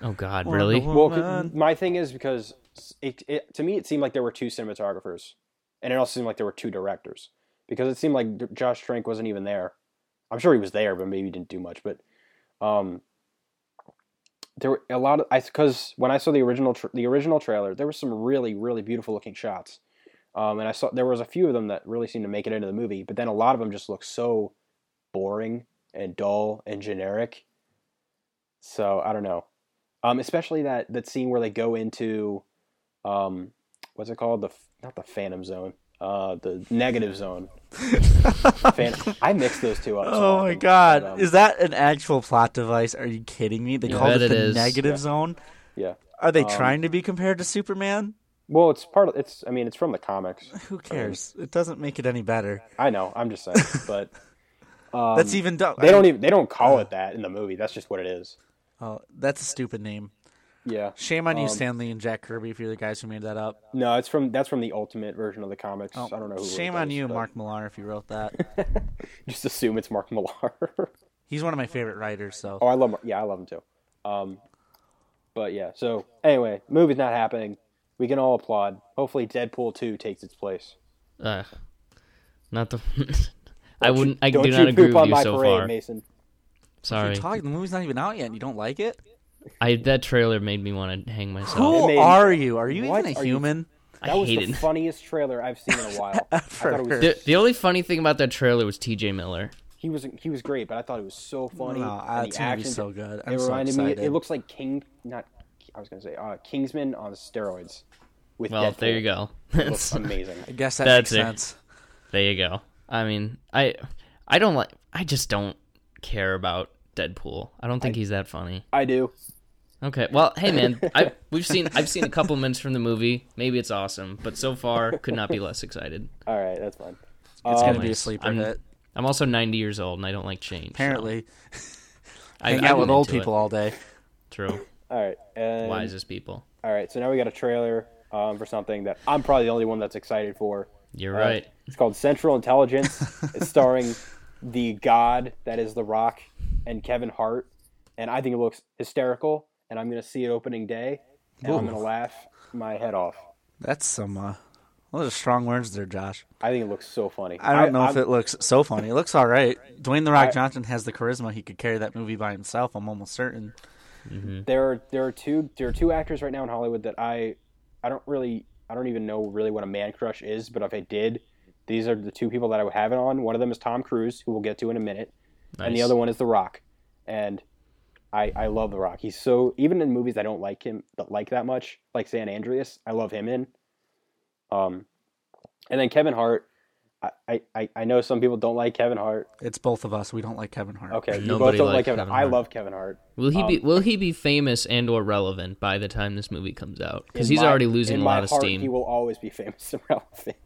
Speaker 2: Oh God,
Speaker 4: Wonder
Speaker 2: really?
Speaker 4: Woman.
Speaker 3: Well,
Speaker 4: man.
Speaker 3: c- my thing is because it, it to me it seemed like there were two cinematographers, and it also seemed like there were two directors because it seemed like D- Josh Trank wasn't even there. I'm sure he was there, but maybe he didn't do much. But um, there were a lot of I because when I saw the original tr the original trailer, there were some really really beautiful looking shots, um, and I saw there was a few of them that really seemed to make it into the movie, but then a lot of them just looked so boring and dull and generic. So I don't know. Um, especially that that scene where they go into, um, what's it called? The f- not the Phantom Zone, uh, the Negative Zone. Fan- I mixed those two up. so
Speaker 4: Oh my
Speaker 3: often,
Speaker 4: god!
Speaker 3: but, um,
Speaker 4: is that an actual plot device? Are you kidding me? They
Speaker 2: Yeah.
Speaker 4: called
Speaker 2: Bet
Speaker 4: it,
Speaker 2: it
Speaker 4: the
Speaker 2: is.
Speaker 4: negative zone.
Speaker 3: yeah.
Speaker 4: Are they
Speaker 3: Um,
Speaker 4: trying to be compared to Superman?
Speaker 3: Well, it's part of it's. I mean, it's from the comics.
Speaker 4: Who cares? It doesn't make it any better.
Speaker 3: I know. I'm just saying, but um,
Speaker 4: That's even Uh. dumb.
Speaker 3: they don't even they don't call it that in the movie. That's just what it is.
Speaker 4: Oh, that's a stupid name.
Speaker 3: Yeah.
Speaker 4: Shame on you,
Speaker 3: Um,
Speaker 4: Stanley and Jack Kirby, if you're the guys who made that up.
Speaker 3: No, it's from that's from the ultimate version of the comics. I don't know. Who wrote
Speaker 4: Oh, Shame on
Speaker 3: those,
Speaker 4: you,
Speaker 3: but
Speaker 4: Mark Millar, if you wrote that.
Speaker 3: Just assume it's Mark Millar.
Speaker 4: He's one of my favorite writers. So
Speaker 3: Oh, I love. Mar- Yeah, I love him too. Um, but yeah. So anyway, movie's not happening. We can all applaud. Hopefully, Deadpool two takes its place.
Speaker 2: Ugh. not the. I wouldn't. I
Speaker 3: Don't
Speaker 2: do
Speaker 3: you
Speaker 2: not agree
Speaker 3: poop
Speaker 2: with
Speaker 3: on
Speaker 2: you
Speaker 3: my
Speaker 2: so
Speaker 3: parade,
Speaker 2: far.
Speaker 3: Mason.
Speaker 4: you're
Speaker 2: Sorry,
Speaker 4: talking. The movie's not even out yet, and you don't like it.
Speaker 2: I that trailer made me want to hang myself.
Speaker 4: Who
Speaker 3: made-
Speaker 4: are you? Are you
Speaker 3: What
Speaker 4: even a
Speaker 3: are you-
Speaker 4: human?
Speaker 2: I
Speaker 3: That was
Speaker 2: hate
Speaker 3: the
Speaker 2: it.
Speaker 3: funniest trailer I've seen in a while. I thought it was
Speaker 4: Ever.
Speaker 2: The, the only funny thing about that trailer was T.J. Miller.
Speaker 3: He was he was great, but I thought it was so funny.
Speaker 4: No,
Speaker 3: and
Speaker 4: ah,
Speaker 3: the
Speaker 4: it's gonna be
Speaker 3: action-
Speaker 4: so good. I'm
Speaker 3: it
Speaker 4: so
Speaker 3: reminded me. It
Speaker 4: excited.
Speaker 3: looks like King. Not I was gonna say uh, Kingsman on steroids. With
Speaker 2: Well, there you
Speaker 3: Deadpool.
Speaker 2: go.
Speaker 3: It looks amazing.
Speaker 4: I guess that
Speaker 2: That's
Speaker 4: makes
Speaker 2: it.
Speaker 4: sense.
Speaker 2: There you go. I mean, I I don't like I just don't care about Deadpool. I don't think he's that funny.
Speaker 3: I do.
Speaker 2: Okay. Well, hey man, I we've seen I've seen a couple minutes from the movie. Maybe it's awesome, but so far could not be less excited.
Speaker 3: All right, that's fine.
Speaker 4: It's
Speaker 3: Um,
Speaker 4: gonna be a
Speaker 2: Nice.
Speaker 4: sleeper
Speaker 2: I'm,
Speaker 4: hit.
Speaker 2: I'm also 90 years old and I don't like change. so
Speaker 4: Apparently,
Speaker 2: I,
Speaker 4: hang
Speaker 2: I
Speaker 4: out
Speaker 2: went
Speaker 4: with old
Speaker 2: into it.
Speaker 4: people all day.
Speaker 2: True.
Speaker 3: All right. And,
Speaker 2: Wisest people.
Speaker 3: All right. So now we got a trailer um, for something that I'm probably the only one that's excited for.
Speaker 2: You're
Speaker 3: Uh,
Speaker 2: right.
Speaker 3: It's called Central Intelligence. it's starring the god that is The Rock and Kevin Hart, and I think it looks hysterical. And I'm gonna see it opening day, and I'm
Speaker 4: Ooh.
Speaker 3: gonna laugh my head off.
Speaker 4: That's some. Uh, those are strong words there, Josh.
Speaker 3: I think it looks so funny.
Speaker 4: I don't know if
Speaker 3: I'm-
Speaker 4: it looks so funny. It looks all right. Dwayne the Rock Johnson has the charisma; he could carry that movie by himself. I'm almost certain.
Speaker 3: there are there are two there are two actors right now in Hollywood that I I don't really I don't even know really what a man crush is, but if I did, these are the two people that I would have it on. One of them is Tom Cruise, who we'll get to in a minute, and the
Speaker 2: Nice.
Speaker 3: other one is The Rock, and I I love The Rock. He's so even in movies I don't like him that like that much, like San Andreas, I love him in. Um, and then Kevin Hart. I- I, I, I know some people don't like Kevin Hart.
Speaker 4: It's both of us. We don't like Kevin Hart.
Speaker 3: Okay, you both
Speaker 2: Nobody
Speaker 3: don't like
Speaker 2: likes
Speaker 3: Kevin.
Speaker 2: Kevin
Speaker 3: Hart. I
Speaker 2: Hart.
Speaker 3: love Kevin Hart.
Speaker 2: Will he
Speaker 3: um,
Speaker 2: be Will he be famous and or relevant by the time this movie comes out? Because
Speaker 3: In
Speaker 2: he's
Speaker 3: my-
Speaker 2: already losing
Speaker 3: in
Speaker 2: a
Speaker 3: my
Speaker 2: lot of
Speaker 3: heart,
Speaker 2: steam.
Speaker 3: He will always be famous and relevant.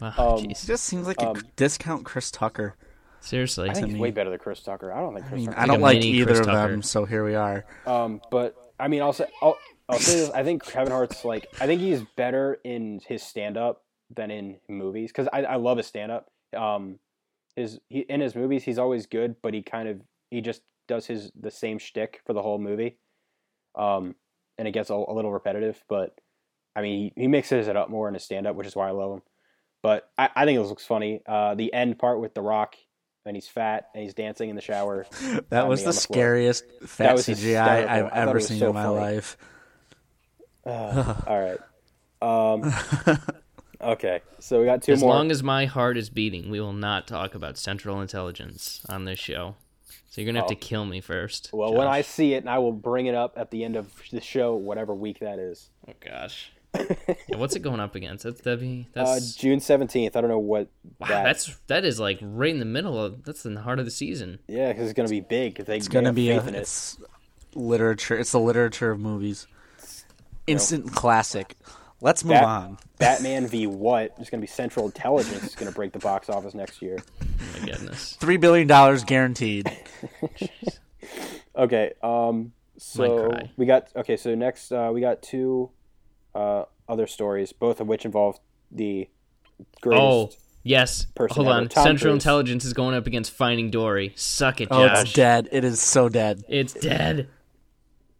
Speaker 2: Wow,
Speaker 3: um,
Speaker 4: He
Speaker 2: jeez.
Speaker 4: just seems like a discount Chris Tucker.
Speaker 2: Seriously.
Speaker 3: I think he's
Speaker 4: me.
Speaker 3: way better than Chris Tucker. I don't think Chris
Speaker 4: I mean,
Speaker 3: Tucker.
Speaker 4: I don't
Speaker 2: a
Speaker 4: like
Speaker 2: mini
Speaker 4: either
Speaker 2: Chris
Speaker 4: of
Speaker 2: Tucker.
Speaker 4: them, so here we are.
Speaker 3: Um, but I mean, I'll say, I'll, I'll say this. I think Kevin Hart's like, I think he's better in his stand up than in movies because I, I love his stand up. Um, his he, in his movies, he's always good, but he kind of he just does his the same shtick for the whole movie. Um, and it gets a, a little repetitive, but I mean, he, he mixes it up more in his stand up, which is why I love him. But I, I think it looks funny. Uh, the end part with The Rock and he's fat and he's dancing in the shower.
Speaker 4: That
Speaker 3: I
Speaker 4: was
Speaker 3: mean,
Speaker 4: the,
Speaker 3: on the floor.
Speaker 4: scariest fat
Speaker 3: was
Speaker 4: CGI
Speaker 3: hysterical.
Speaker 4: I've
Speaker 3: I thought it
Speaker 4: ever
Speaker 3: was
Speaker 4: seen
Speaker 3: so
Speaker 4: in my
Speaker 3: funny.
Speaker 4: life.
Speaker 3: Uh, All right. Um, okay, so we got two
Speaker 2: As
Speaker 3: more.
Speaker 2: long as my heart is beating, we will not talk about Central Intelligence on this show. So you're gonna have to kill me first.
Speaker 3: Oh. well, when I
Speaker 2: Josh.
Speaker 3: see it, and I will bring it up at the end of the show, whatever week that is.
Speaker 2: oh gosh, Yeah, what's it going up against? That's that'd be
Speaker 3: Uh,
Speaker 2: that's
Speaker 3: June seventeenth. I don't know what
Speaker 2: wow,
Speaker 3: that.
Speaker 2: that's that is like right in the middle of that's in the heart of the season.
Speaker 3: Yeah, because it's gonna be big. 'cause They,
Speaker 4: It's gonna be a,
Speaker 3: in it.
Speaker 4: it's literature. It's the literature of movies. Instant classic. Let's move
Speaker 3: Bat-
Speaker 4: on.
Speaker 3: Batman v what? It's gonna be Central Intelligence. It's gonna break the box office next year.
Speaker 2: My goodness,
Speaker 4: Three billion dollars guaranteed.
Speaker 3: Okay. Um. So
Speaker 2: cry.
Speaker 3: we got okay. So next, uh, we got two uh, other stories, both of which involve the greatest.
Speaker 2: oh yes,
Speaker 3: person
Speaker 2: hold
Speaker 3: ever,
Speaker 2: on.
Speaker 3: Tom
Speaker 2: Central
Speaker 3: Cruise.
Speaker 2: Intelligence is going up against Finding Dory. Suck it,
Speaker 4: Oh,
Speaker 2: Josh.
Speaker 4: it's dead. It is so dead.
Speaker 2: It's dead.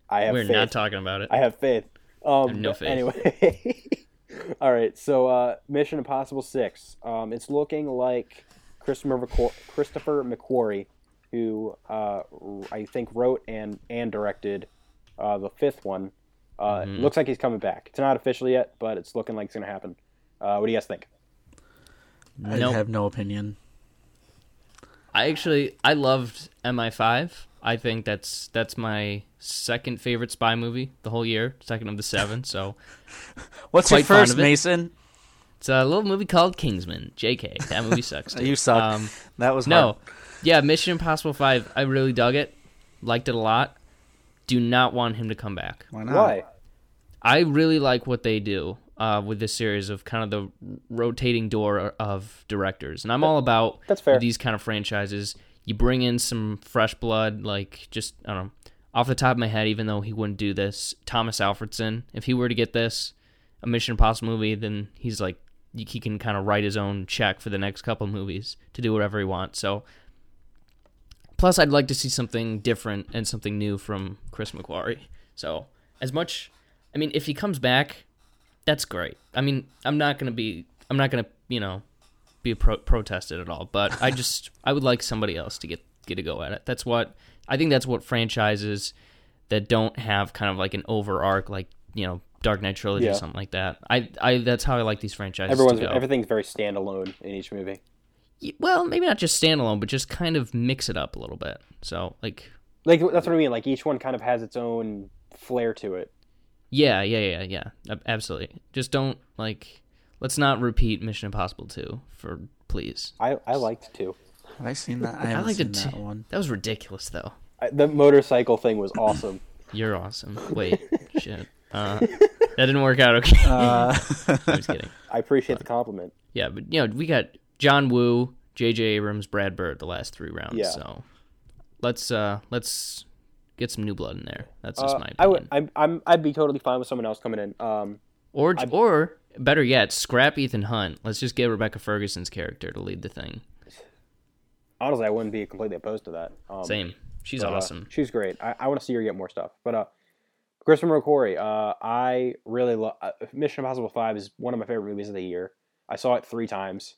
Speaker 3: I have
Speaker 2: We're
Speaker 3: faith.
Speaker 2: not talking about it.
Speaker 3: I have faith. Um,
Speaker 2: have no
Speaker 3: but
Speaker 2: faith.
Speaker 3: Anyway, all right. So uh, Mission Impossible Six. Um, it's looking like Christopher McQu- Christopher McQuarrie, who uh, I think wrote and and directed uh, the fifth one. Uh,
Speaker 2: Mm-hmm.
Speaker 3: Looks like he's coming back. It's not official yet, but it's looking like it's gonna happen. Uh, what do you guys think?
Speaker 4: I
Speaker 2: Nope.
Speaker 4: have no opinion.
Speaker 2: I actually I loved MI5. I think that's that's my second favorite spy movie the whole year, second of the seven. So
Speaker 4: What's
Speaker 2: Quite
Speaker 4: your
Speaker 2: fond
Speaker 4: first,
Speaker 2: of it.
Speaker 4: Mason?
Speaker 2: it's a little movie called Kingsman. JK, that movie sucks. dude.
Speaker 4: You suck.
Speaker 2: Um,
Speaker 4: that was
Speaker 2: no,
Speaker 4: hard.
Speaker 2: yeah, Mission Impossible Five. I really dug it, liked it a lot. Do not want him to come back.
Speaker 4: Why not?
Speaker 3: Why?
Speaker 2: I really like what they do uh, with this series of kind of the rotating door of directors, and I'm all about
Speaker 3: That's fair.
Speaker 2: these kind of franchises. You bring in some fresh blood, like just I don't know. Off the top of my head, even though he wouldn't do this, Thomas Alfredson, if he were to get this a Mission Impossible movie, then he's like he can kind of write his own check for the next couple movies to do whatever he wants. So, plus, I'd like to see something different and something new from Chris McQuarrie. So, as much, I mean, if he comes back, that's great. I mean, I'm not gonna be, I'm not gonna, you know, be pro- protested at all. But I just, I would like somebody else to get get a go at it. That's what I think. That's what franchises that don't have kind of like an over arc, like you know, Dark Knight trilogy
Speaker 3: Yeah.
Speaker 2: or something like that. I, I, that's how I like these franchises. to
Speaker 3: Everyone's
Speaker 2: go.
Speaker 3: everything's very standalone in each movie.
Speaker 2: y- well, maybe not just standalone, but just kind of mix it up a little bit. So like,
Speaker 3: Like that's what I mean. Like each one kind of has its own flair to it.
Speaker 2: yeah, yeah, yeah, yeah, ab- absolutely. Just don't like. Let's not repeat Mission Impossible two for please.
Speaker 3: I I liked two.
Speaker 4: Have I seen that? I
Speaker 2: I
Speaker 4: haven't
Speaker 2: like the
Speaker 4: seen that
Speaker 2: t-
Speaker 4: one.
Speaker 2: That was ridiculous though.
Speaker 3: I, the motorcycle thing was awesome.
Speaker 2: You're awesome. Wait, shit. Uh, that didn't work out okay.
Speaker 4: Uh,
Speaker 2: I'm just kidding.
Speaker 3: I appreciate the compliment.
Speaker 2: Yeah, but you know, we got John Woo, JJ Abrams, Brad Bird the last three rounds.
Speaker 3: Yeah.
Speaker 2: So let's uh let's get some new blood in there. That's just
Speaker 3: Uh,
Speaker 2: my opinion.
Speaker 3: I would. I'm, I'm. I'd be totally fine with someone else coming in. Um.
Speaker 2: or or better yet, scrap Ethan Hunt. Let's just get Rebecca Ferguson's character to lead the thing.
Speaker 3: Honestly, I wouldn't be completely opposed to that. Um,
Speaker 2: Same. She's
Speaker 3: but, uh,
Speaker 2: awesome.
Speaker 3: she's great. I, I want to see her get more stuff. But uh, Kristen McQuarrie, uh, I really love uh, Mission Impossible Five is one of my favorite movies of the year. I saw it three times.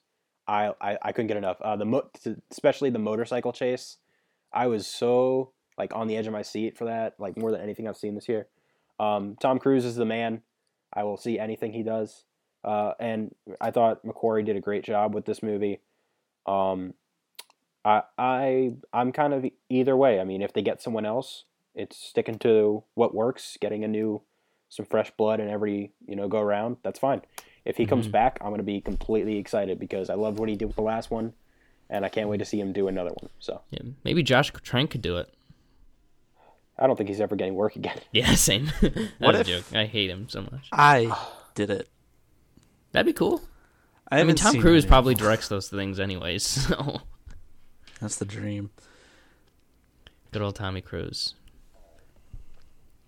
Speaker 3: I I, I couldn't get enough. Uh, the mo- t- especially the motorcycle chase, I was so like on the edge of my seat for that. Like more than anything I've seen this year. Um, Tom Cruise is the man. I will see anything he does. Uh, and I thought McQuarrie did a great job with this movie. Um, I I I'm kind of either way. I mean, if they get someone else, it's sticking to what works, getting a new some fresh blood in every, you know, go around. That's fine. If he
Speaker 2: Mm-hmm.
Speaker 3: comes back, I'm going to be completely excited because I loved what he did with the last one and I can't wait to see him do another one. So,
Speaker 2: Yeah, maybe Josh Trank could do it.
Speaker 3: I don't think he's ever getting work again.
Speaker 2: Yeah, same. that
Speaker 4: What
Speaker 2: was a
Speaker 4: if-
Speaker 2: joke. I hate him so much.
Speaker 4: I did it.
Speaker 2: That'd be cool.
Speaker 4: I,
Speaker 2: I mean,
Speaker 4: haven't
Speaker 2: Tom
Speaker 4: seen
Speaker 2: Cruise
Speaker 4: it.
Speaker 2: probably directs those things anyways. So
Speaker 4: That's the dream.
Speaker 2: good old Tommy Cruise.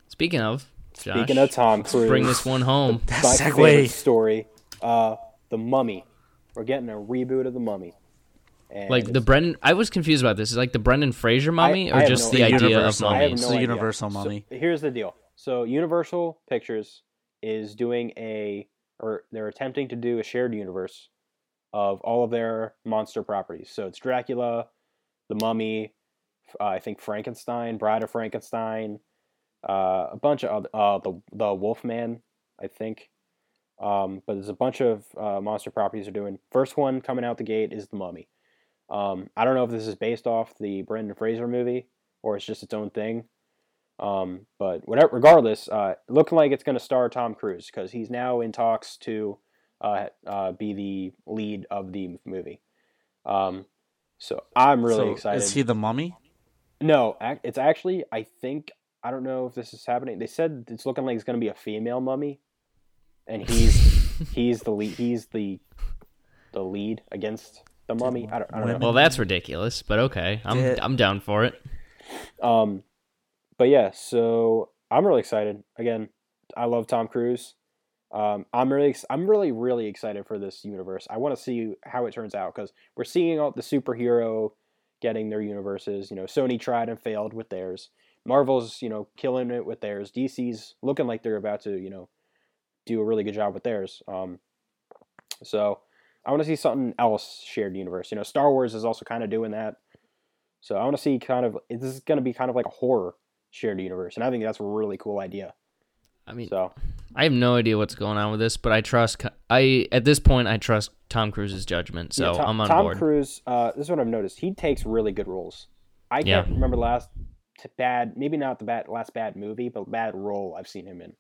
Speaker 2: Speaking of, Josh,
Speaker 3: Speaking of Tom Cruise,
Speaker 2: bring this one home.
Speaker 4: That
Speaker 3: my
Speaker 4: segue.
Speaker 3: favorite story, uh, The Mummy. We're getting a reboot of The Mummy. And
Speaker 2: Like the Brendan, I was confused about this. Is it like the Brendan Fraser mummy,
Speaker 3: I
Speaker 2: or
Speaker 3: have
Speaker 2: just
Speaker 3: no
Speaker 2: the
Speaker 4: idea.
Speaker 2: idea of
Speaker 4: Universal. I have
Speaker 2: mummies?
Speaker 4: no- It's the Universal mummy.
Speaker 3: So, here's the deal. So Universal Pictures is doing a or they're attempting to do a shared universe of all of their monster properties. So it's Dracula, The Mummy, uh, I think Frankenstein, Bride of Frankenstein, uh, a bunch of oth- uh, the the Wolfman, I think. Um, but there's a bunch of uh, monster properties they're doing. First one coming out the gate is The Mummy. Um, I don't know if this is based off the Brendan Fraser movie or it's just its own thing. Um, but whatever, regardless, uh, looking like it's going to star Tom Cruise because he's now in talks to uh, uh, be the lead of the movie. Um, so I'm really
Speaker 4: So,
Speaker 3: excited.
Speaker 4: Is he the mummy?
Speaker 3: No, ac- it's actually I think I don't know if this is happening. They said it's looking like it's going to be a female mummy, and he's he's the lead. He's the the lead against the mummy. I don't, I don't know.
Speaker 2: Well, that's ridiculous, but okay, I'm
Speaker 4: Yeah.
Speaker 2: I'm down for it.
Speaker 3: Um, but yeah, so I'm really excited. Again, I love Tom Cruise. Um, I'm really, ex- I'm really, really excited for this universe. I want to see how it turns out because we're seeing all the superhero getting their universes. You know, Sony tried and failed with theirs. Marvel's, you know, killing it with theirs. DC's looking like they're about to, you know, do a really good job with theirs. Um, so I want to see something else shared universe. You know, Star Wars is also kind of doing that. So I want to see kind of this is going to be kind of like a horror shared universe, and I think that's a really cool idea.
Speaker 2: I mean,
Speaker 3: So
Speaker 2: I have no idea what's going on with this, but I trust. I at this point, I trust Tom Cruise's judgment, so
Speaker 3: Yeah, Tom,
Speaker 2: I'm on
Speaker 3: Tom
Speaker 2: board.
Speaker 3: Cruise, uh, this is what I've noticed. He takes really good roles. I
Speaker 2: Yeah.
Speaker 3: can't remember the last t- bad, maybe not the bad last bad movie, but bad role I've seen him in.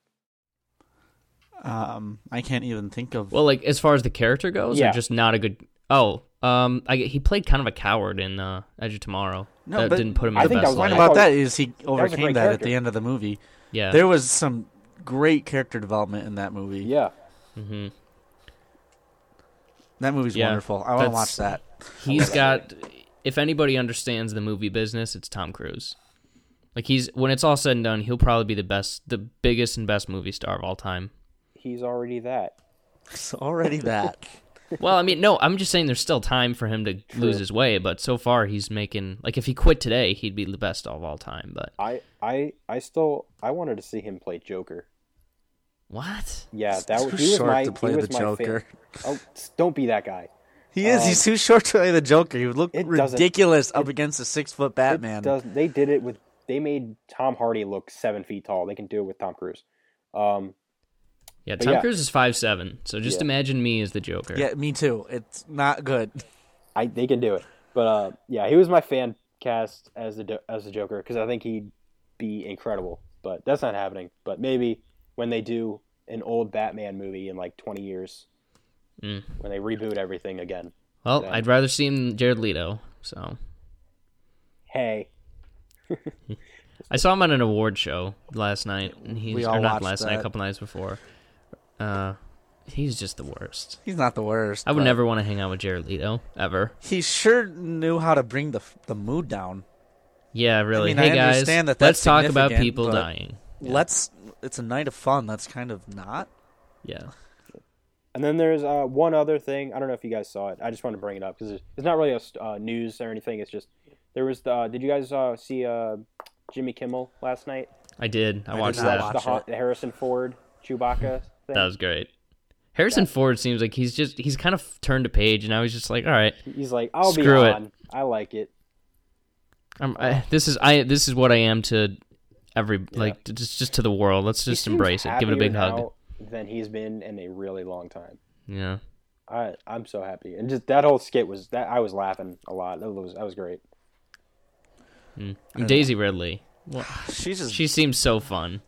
Speaker 4: Um, I can't even think of.
Speaker 2: Well, like as far as the character goes,
Speaker 3: Yeah.
Speaker 2: or just not a good. Oh, um, I, he played kind of a coward in uh, Edge of Tomorrow.
Speaker 4: No,
Speaker 2: that
Speaker 4: but-
Speaker 2: didn't put him in
Speaker 3: I
Speaker 2: the
Speaker 3: think
Speaker 2: best
Speaker 3: that was
Speaker 2: light.
Speaker 3: I
Speaker 4: about
Speaker 3: thought-
Speaker 4: that is he
Speaker 3: was a
Speaker 4: overcame
Speaker 3: great
Speaker 4: that at
Speaker 3: character.
Speaker 4: the end of the movie.
Speaker 2: yeah,
Speaker 4: There was some great character development in that movie.
Speaker 3: Yeah,
Speaker 2: Mhm.
Speaker 4: That movie's
Speaker 2: Yeah.
Speaker 4: wonderful. I want to
Speaker 2: That's-
Speaker 4: watch that.
Speaker 2: He's got. If anybody understands the movie business, it's Tom Cruise. Like he's when it's all said and done, he'll probably be the best, the biggest and best movie star of all time.
Speaker 3: he's already that.
Speaker 4: It's already that.
Speaker 2: Well, I mean, no, I'm just saying there's still time for him to lose his way, but so far he's making like if he quit today, he'd be the best of all time. But
Speaker 3: I, I, I still, I wanted to see him play Joker.
Speaker 2: what?
Speaker 3: Yeah, that was
Speaker 4: Too
Speaker 3: he was
Speaker 4: short
Speaker 3: my
Speaker 4: to play
Speaker 3: he was
Speaker 4: the
Speaker 3: my fa-
Speaker 4: Joker.
Speaker 3: oh, s- don't be that guy.
Speaker 4: He is. he's too short to play the Joker. He would look
Speaker 3: Um, It doesn't-
Speaker 4: ridiculous up against a six foot
Speaker 3: It
Speaker 4: Batman.
Speaker 3: does- they did it with they made Tom Hardy look seven feet tall. They can do it with Tom Cruise. Um,
Speaker 2: Yeah,
Speaker 3: But
Speaker 2: Tom
Speaker 3: yeah.
Speaker 2: Cruise is five seven, so just
Speaker 3: Yeah.
Speaker 2: imagine me as the Joker.
Speaker 4: Yeah, me too. It's not good.
Speaker 3: I they can do it. But uh, yeah, he was my fan cast as the Do- as the Joker because I think he'd be incredible. But that's not happening. But maybe when they do an old Batman movie in like 20 years,
Speaker 2: Mm.
Speaker 3: when they reboot everything again.
Speaker 2: Well,
Speaker 3: Yeah.
Speaker 2: I'd rather see him than Jared Leto. So
Speaker 3: Hey,
Speaker 2: I saw him at an award show last night, and he's
Speaker 4: We all
Speaker 2: or not
Speaker 4: watched
Speaker 2: last night,
Speaker 4: that.
Speaker 2: a couple nights before. Uh, he's just the worst.
Speaker 4: He's not the worst.
Speaker 2: I would
Speaker 4: but
Speaker 2: never want to hang out with Jared Leto ever.
Speaker 4: He sure knew how to bring the the mood down.
Speaker 2: Yeah, really.
Speaker 4: mean,
Speaker 2: hey
Speaker 4: I
Speaker 2: guys,
Speaker 4: understand that
Speaker 2: let's
Speaker 4: that's
Speaker 2: talk about
Speaker 4: significant,
Speaker 2: people
Speaker 4: but-
Speaker 2: dying.
Speaker 4: Let's. It's a night of fun. That's kind of not.
Speaker 2: Yeah.
Speaker 3: And then there's uh, one other thing. I don't know if you guys saw it. I just wanted to bring it up because it's it's not really a st- uh, news or anything. It's just there was. The, uh, did you guys uh, see uh, Jimmy Kimmel last night?
Speaker 2: I did. I,
Speaker 4: did
Speaker 2: watched
Speaker 4: not
Speaker 2: that.
Speaker 4: watch
Speaker 3: the, Ho-
Speaker 4: it.
Speaker 3: the Harrison Ford Chewbacca thing.
Speaker 2: That was great. Harrison Ford seems like he's just he's kind of turned a page, and now he's just like, all right,
Speaker 3: He's like, I'll be
Speaker 2: Screw it.
Speaker 3: on. I like it.
Speaker 2: I'm, I, this is I this is what I am to every like to, just just to the world. Let's
Speaker 3: He
Speaker 2: just
Speaker 3: seems
Speaker 2: embrace it. Give it a
Speaker 3: happier
Speaker 2: big hug.
Speaker 3: now Than he's been in a really long time.
Speaker 2: Yeah.
Speaker 3: I I'm so happy, and just that whole skit was that I was laughing a lot. That was that was great.
Speaker 2: And Daisy Ridley.
Speaker 4: She's just.
Speaker 2: She seems so fun.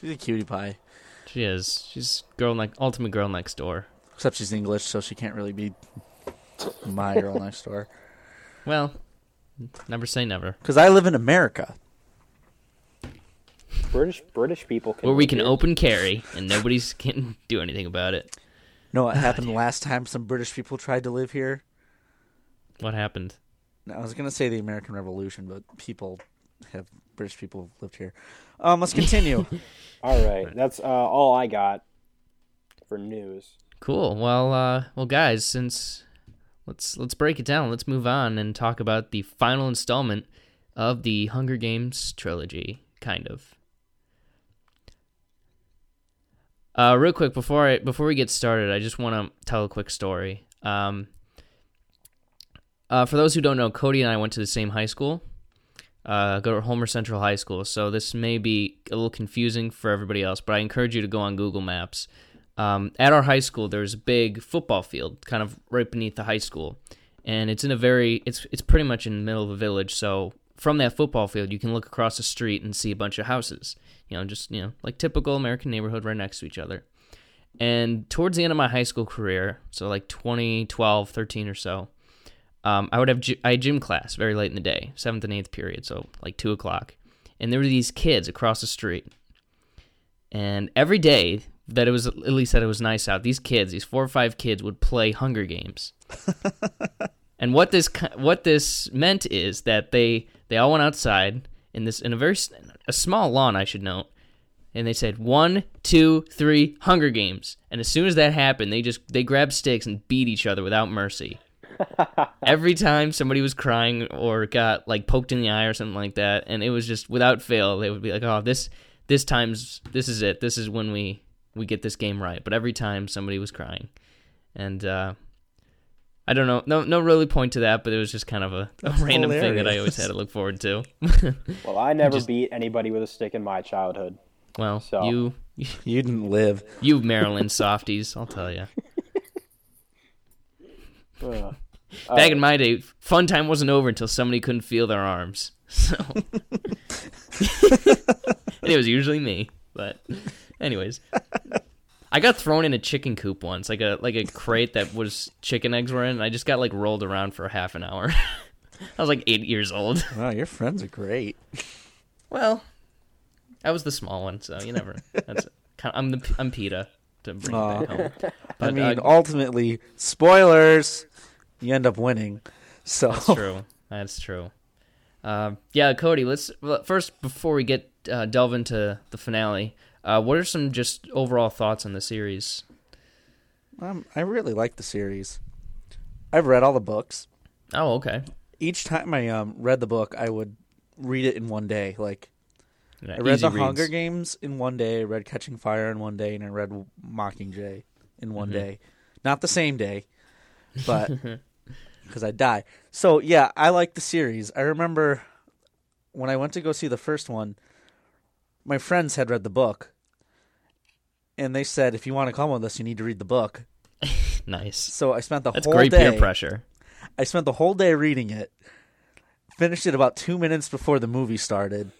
Speaker 4: she's a cutie pie.
Speaker 2: She is. She's girl like ultimate girl next door.
Speaker 4: Except she's English, so she can't really be my girl next door.
Speaker 2: Well, never say never.
Speaker 4: Because I live in America.
Speaker 3: British British people can
Speaker 2: Where we
Speaker 3: live
Speaker 2: can
Speaker 3: here.
Speaker 2: open carry and nobody's can do anything about it.
Speaker 4: No,
Speaker 2: Oh,
Speaker 4: it happened last time some British people tried to live here.
Speaker 2: What happened?
Speaker 4: No, I was gonna say the American Revolution, but people have British people have lived here. Um, let's continue.
Speaker 3: All right, that's uh, all I got for news.
Speaker 2: Cool. Well, uh, well, guys, since let's let's break it down. Let's move on and talk about the final installment of the Hunger Games trilogy, kind of. Uh, real quick before I before we get started, I just want to tell a quick story. Um, uh, for those who don't know, Cody and I went to the same high school. Uh, go to Homer Central High School. So this may be a little confusing for everybody else, but I encourage you to go on Google Maps um, at our high school there's a big football field kind of right beneath the high school and it's in a very it's it's pretty much in the middle of a village so from that football field you can look across the street and see a bunch of houses you know just you know like typical american neighborhood right next to each other and towards the end of my high school career so like 2012 13 or so um, I would have gy- I had gym class very late in the day, seventh and eighth period, so like two o'clock, and there were these kids across the street, and every day that it was at least that it was nice out, these kids, these four or five kids, would play Hunger Games. and what this ki- what this meant is that they they all went outside in this in a very s- a small lawn, I should note, and they said one, two, three, Hunger Games. And as soon as that happened, they just they grabbed sticks and beat each other without mercy every time somebody was crying or got like poked in the eye or something like that and it was just without fail they would be like oh this this time's this is it this is when we we get this game right but every time somebody was crying and uh I don't know, no, no, really point to that, but it was just kind of a, a random thing that I always had to look forward to.
Speaker 3: Well, I never beat anybody with a stick in my childhood.
Speaker 2: well,
Speaker 3: So-
Speaker 2: you,
Speaker 4: you didn't live.
Speaker 2: you Maryland softies, I'll tell you.
Speaker 3: Ugh.
Speaker 4: Uh,
Speaker 2: Back in my day, fun time wasn't over until somebody couldn't feel their arms. So, and it was usually me. But, anyways, I got thrown in a chicken coop once, like a like a crate that was chicken eggs were in, and I just got like rolled around for half an hour. I was like eight years old.
Speaker 4: Wow, your friends are great.
Speaker 2: Well, I was the small one, so you never. That's kind I'm the I'm Peta to bring it back home. But,
Speaker 4: I mean,
Speaker 2: uh,
Speaker 4: ultimately, spoilers. You end up winning. So
Speaker 2: That's true. That's true. Uh, yeah, Cody. Let's well, first before we get uh, delve into the finale. Uh, what are some just overall thoughts on the series?
Speaker 4: um, I really like the series. I've read all the books.
Speaker 2: Oh, okay.
Speaker 4: Each time I um, read the book, I would read it in one day. Like
Speaker 2: Yeah,
Speaker 4: I read
Speaker 2: easy
Speaker 4: The
Speaker 2: reads.
Speaker 4: Hunger Games in one day, I read Catching Fire in one day, and I read Mockingjay in one
Speaker 2: Mm-hmm.
Speaker 4: day. Not the same day, but because I die. So yeah, I like the series. I remember when I went to go see the first one, my friends had read the book, and they said, "If you want to come with us, you need to read the book."
Speaker 2: Nice.
Speaker 4: So I spent the
Speaker 2: That's
Speaker 4: whole
Speaker 2: great
Speaker 4: day.
Speaker 2: peer pressure.
Speaker 4: I spent the whole day reading it. Finished it about two minutes before the movie started.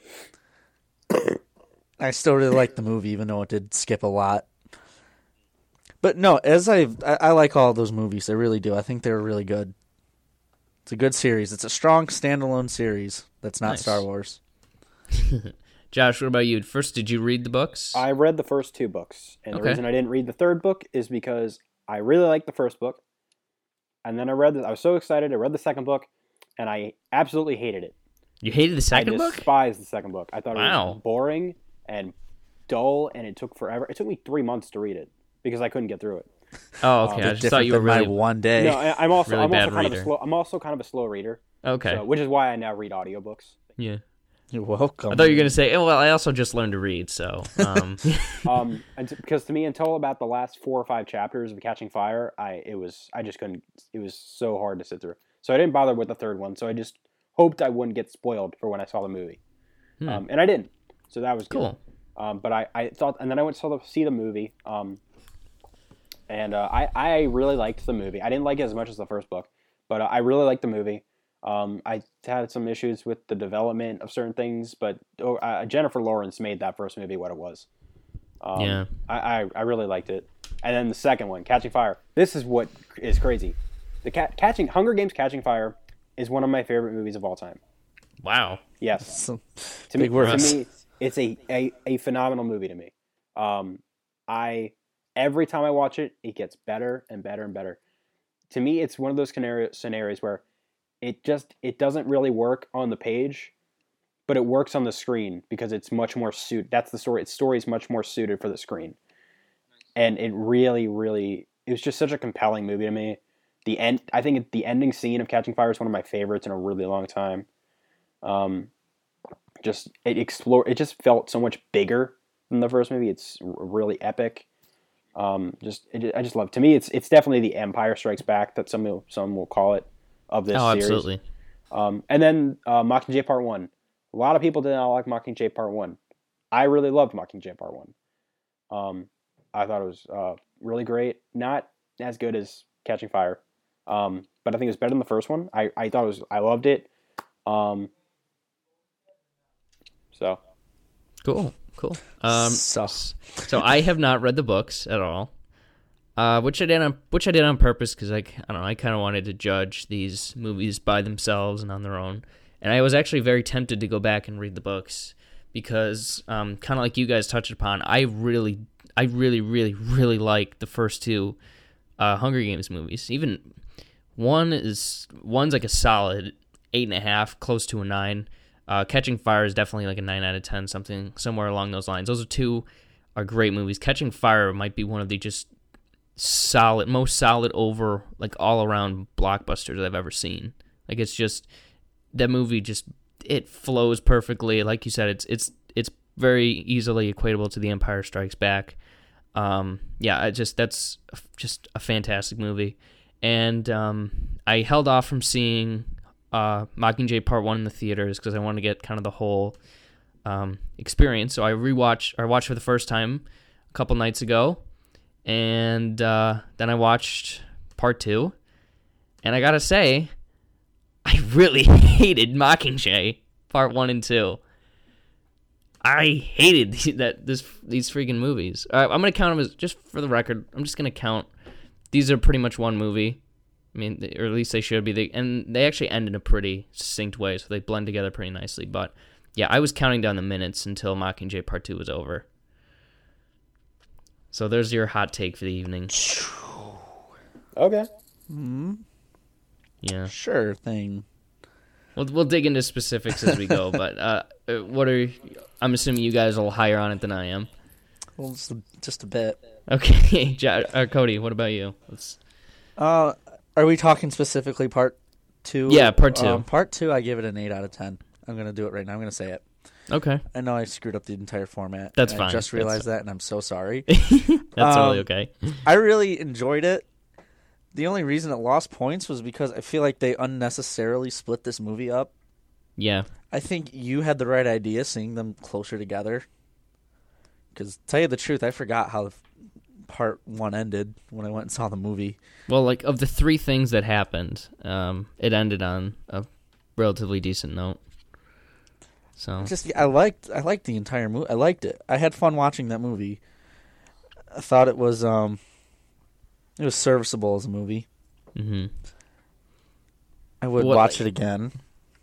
Speaker 4: I still really liked the movie, even though it did skip a lot. But no, as I've, I I like all those movies. I really do. I think they're really good. It's a good series. It's a strong standalone series that's not
Speaker 2: Nice.
Speaker 4: Star Wars.
Speaker 2: Josh, what about you? First, did you read the books?
Speaker 3: I read the first two books, and
Speaker 2: Okay.
Speaker 3: the reason I didn't read the third book is because I really liked the first book, and then I read. The, I was so excited. I read the second book, and I absolutely hated it.
Speaker 2: you hated the second
Speaker 3: I
Speaker 2: book?
Speaker 3: despised the second book. I thought it
Speaker 2: Wow.
Speaker 3: was boring and dull, and it took forever. It took me three months to read it because I couldn't get through it.
Speaker 2: Oh, okay. I
Speaker 4: Bit
Speaker 2: just thought
Speaker 4: different
Speaker 2: you were
Speaker 4: than my
Speaker 2: really
Speaker 4: one day.
Speaker 3: No, I, I'm also
Speaker 2: Really
Speaker 3: I'm also
Speaker 2: bad
Speaker 3: kind of
Speaker 2: reader.
Speaker 3: a slow. I'm also kind of a slow reader,
Speaker 2: okay.
Speaker 3: so, which is why I now read audiobooks.
Speaker 2: yeah.
Speaker 4: You're welcome.
Speaker 2: I thought you were gonna say, "Oh well, I also just learned to read." So, um,
Speaker 3: Um, and t- because to me, until about the last four or five chapters of Catching Fire, I it was I just couldn't. It was so hard to sit through. So I didn't bother with the third one. So I just hoped I wouldn't get spoiled for when I saw the movie, um, and I didn't. So that was good.
Speaker 2: Hmm. cool.
Speaker 3: Um, but I, I thought, and then I went saw the, see the movie, um, and uh, I I really liked the movie. I didn't like it as much as the first book, but uh, I really liked the movie. Um, I had some issues with the development of certain things, but oh, uh, Jennifer Lawrence made that first movie what it was. Um,
Speaker 2: Yeah.
Speaker 3: I, I I really liked it, and then the second one, Catching Fire. This is what is crazy. The ca- catching Hunger Games, Catching Fire is one of my favorite movies of all time.
Speaker 2: Wow.
Speaker 3: Yes,
Speaker 4: Some
Speaker 3: to
Speaker 4: big
Speaker 3: me,
Speaker 4: words.
Speaker 3: To me, it's a, a, a phenomenal movie to me. Um, I every time I watch it, it gets better and better and better. To me, it's one of those scenario, scenarios where it just it doesn't really work on the page, but it works on the screen because it's much more suit. That's the story. Its story is much more suited for the screen, and it really, really, it was just such a compelling movie to me. The end. I think it- the ending scene of Catching Fire is one of my favorites in a really long time. Um, just it explore it just felt so much bigger than the first movie it's r- really epic um just it, i just love to me it's it's definitely the empire strikes back that some will, some will call it of this
Speaker 2: Oh,
Speaker 3: series
Speaker 2: absolutely.
Speaker 3: um and then uh mockingjay part 1 a lot of people did not like mockingjay part 1 i really loved mockingjay part 1 um i thought it was uh really great not as good as catching fire um but i think it was better than the first one i i thought it was i loved it um so
Speaker 2: Cool. Cool. Um,
Speaker 4: So-
Speaker 2: so I have not read the books at all, uh, which I did on which I did on purpose because I, c- I don't know I kind of wanted to judge these movies by themselves and on their own, and I was actually very tempted to go back and read the books because um, kind of like you guys touched upon, I really I really really really like the first two uh, Hunger Games movies. Even one is one's like a solid eight and a half, close to a nine. Uh, Catching Fire is definitely like a nine out of ten, something somewhere along those lines. Those are two are great movies. Catching Fire might be one of the just solid, most solid over like all around blockbusters I've ever seen. Like it's just that movie just it flows perfectly. Like you said, it's it's it's very easily equatable to The Empire Strikes Back. Um, yeah, I just that's a f- just a fantastic movie, and um, I held off from seeing uh, Mockingjay Part One in the theaters because I wanted to get kind of the whole um, experience. So I rewatched, or I watched for the first time a couple nights ago, and uh, then I watched Part Two, and I gotta say, I really hated Mockingjay Part One and Two. I hated the- that this these freaking movies. All right, I'm gonna count them as just for the record. I'm just gonna count these are pretty much one movie. I mean, they- or at least they should be. They, and they actually end in a pretty succinct way, so they blend together pretty nicely. But yeah, I was counting down the minutes until Mockingjay Part Two was over. So there's your hot take for the evening.
Speaker 3: Okay.
Speaker 2: Yeah,
Speaker 4: sure thing.
Speaker 2: we'll we'll dig into specifics as we go. But uh, uh, what are I'm assuming you guys are a little higher on it than I am.
Speaker 4: Well, just a, just a bit.
Speaker 2: Okay, Jo- uh, Cody, what about you? Let's,
Speaker 4: Uh, are we talking specifically part two?
Speaker 2: Yeah, part two.
Speaker 4: Um, part two, I give it an eight out of ten. I'm gonna do it right now. I'm gonna say it.
Speaker 2: okay,
Speaker 4: I know I screwed up the entire format.
Speaker 2: That's
Speaker 4: and
Speaker 2: fine.
Speaker 4: I just realized that, and I'm so sorry.
Speaker 2: that's
Speaker 4: Um,
Speaker 2: totally okay.
Speaker 4: I really enjoyed it. The only reason it lost points was because I feel like they unnecessarily split this movie up.
Speaker 2: Yeah,
Speaker 4: I think you had the right idea, seeing them closer together. Because tell you the truth, I forgot how part one ended when I went and saw the movie.
Speaker 2: Well, like of the three things that happened, um, it ended on a relatively decent note. So
Speaker 4: Just I liked I liked the entire movie. I liked it. I had fun watching that movie. I thought it was um it was serviceable as a movie.
Speaker 2: mhm.
Speaker 4: I would
Speaker 2: What-
Speaker 4: watch it again.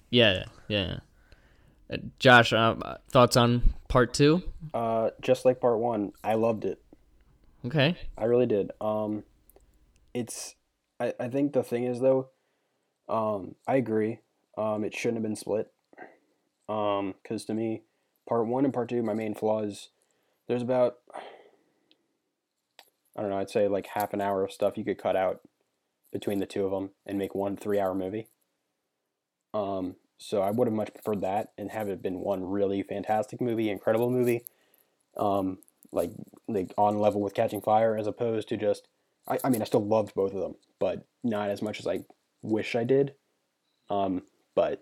Speaker 2: yeah, yeah. yeah. Uh, Josh, um, uh, thoughts on part two?
Speaker 3: Uh, just like part one, I loved it.
Speaker 2: Okay.
Speaker 3: I really did. Um, it's. I, I think the thing is though, um, I agree. Um, it shouldn't have been split. Um, because to me, part one and part two, my main flaws. There's about. I don't know. I'd say like half an hour of stuff you could cut out between the two of them and make one three-hour movie. Um, so I would have much preferred that and have it been one really fantastic movie, incredible movie. Um, like like on level with Catching Fire as opposed to just I, I mean I still loved both of them, but not as much as I wish I did. Um, but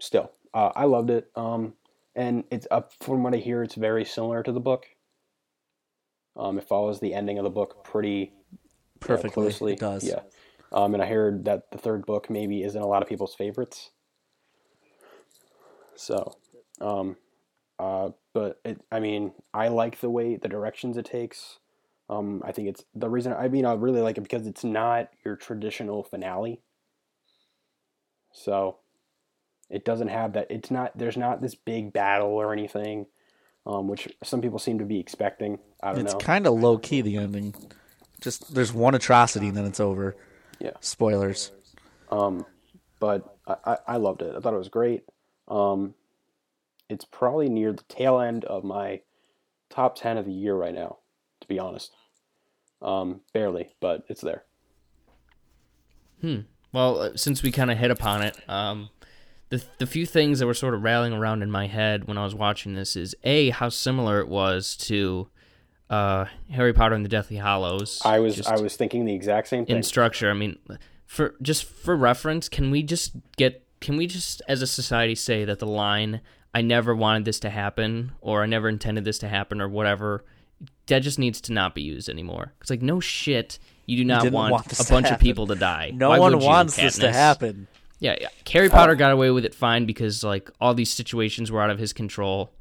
Speaker 3: still, uh, I loved it. Um, and it's up from what I hear, it's very similar to the book. Um, it follows the ending of the book pretty uh,
Speaker 4: Perfectly.
Speaker 3: closely.
Speaker 4: It does.
Speaker 3: Yeah. Um, and I heard that the third book maybe isn't a lot of people's favorites. So, um, uh, but it, I mean, I like the way the directions it takes. Um, I think it's the reason. I mean, I really like it because it's not your traditional finale. So, it doesn't have that. It's not. There's not this big battle or anything, um, which some people seem to be expecting. I don't
Speaker 4: It's
Speaker 3: know.
Speaker 4: kind of low key the ending. Just there's one atrocity and then it's over.
Speaker 3: Yeah.
Speaker 4: Spoilers.
Speaker 3: Um, but I, I, I loved it. I thought it was great. Um, it's probably near the tail end of my top 10 of the year right now, to be honest. Um, barely, but it's there.
Speaker 2: Well, uh, since we kind of hit upon it, um, the the few things that were sort of rallying around in my head when I was watching this is a how similar it was to uh, Harry Potter and the Deathly Hollows.
Speaker 3: I was
Speaker 2: just
Speaker 3: I was thinking the exact same thing.
Speaker 2: in structure. I mean, for just for reference, can we just get can we just as a society say that the line "I never wanted this to happen" or "I never intended this to happen" or whatever that just needs to not be used anymore? It's like no shit. You do not
Speaker 4: didn't
Speaker 2: want,
Speaker 4: want this
Speaker 2: a
Speaker 4: to
Speaker 2: bunch of
Speaker 4: happen.
Speaker 2: people to die.
Speaker 4: No
Speaker 2: Why
Speaker 4: one
Speaker 2: would you,
Speaker 4: wants this to
Speaker 2: Katniss?
Speaker 4: happen.
Speaker 2: Yeah, yeah.
Speaker 3: Oh.
Speaker 2: Harry Potter got away with it fine because like all these situations were out of his control,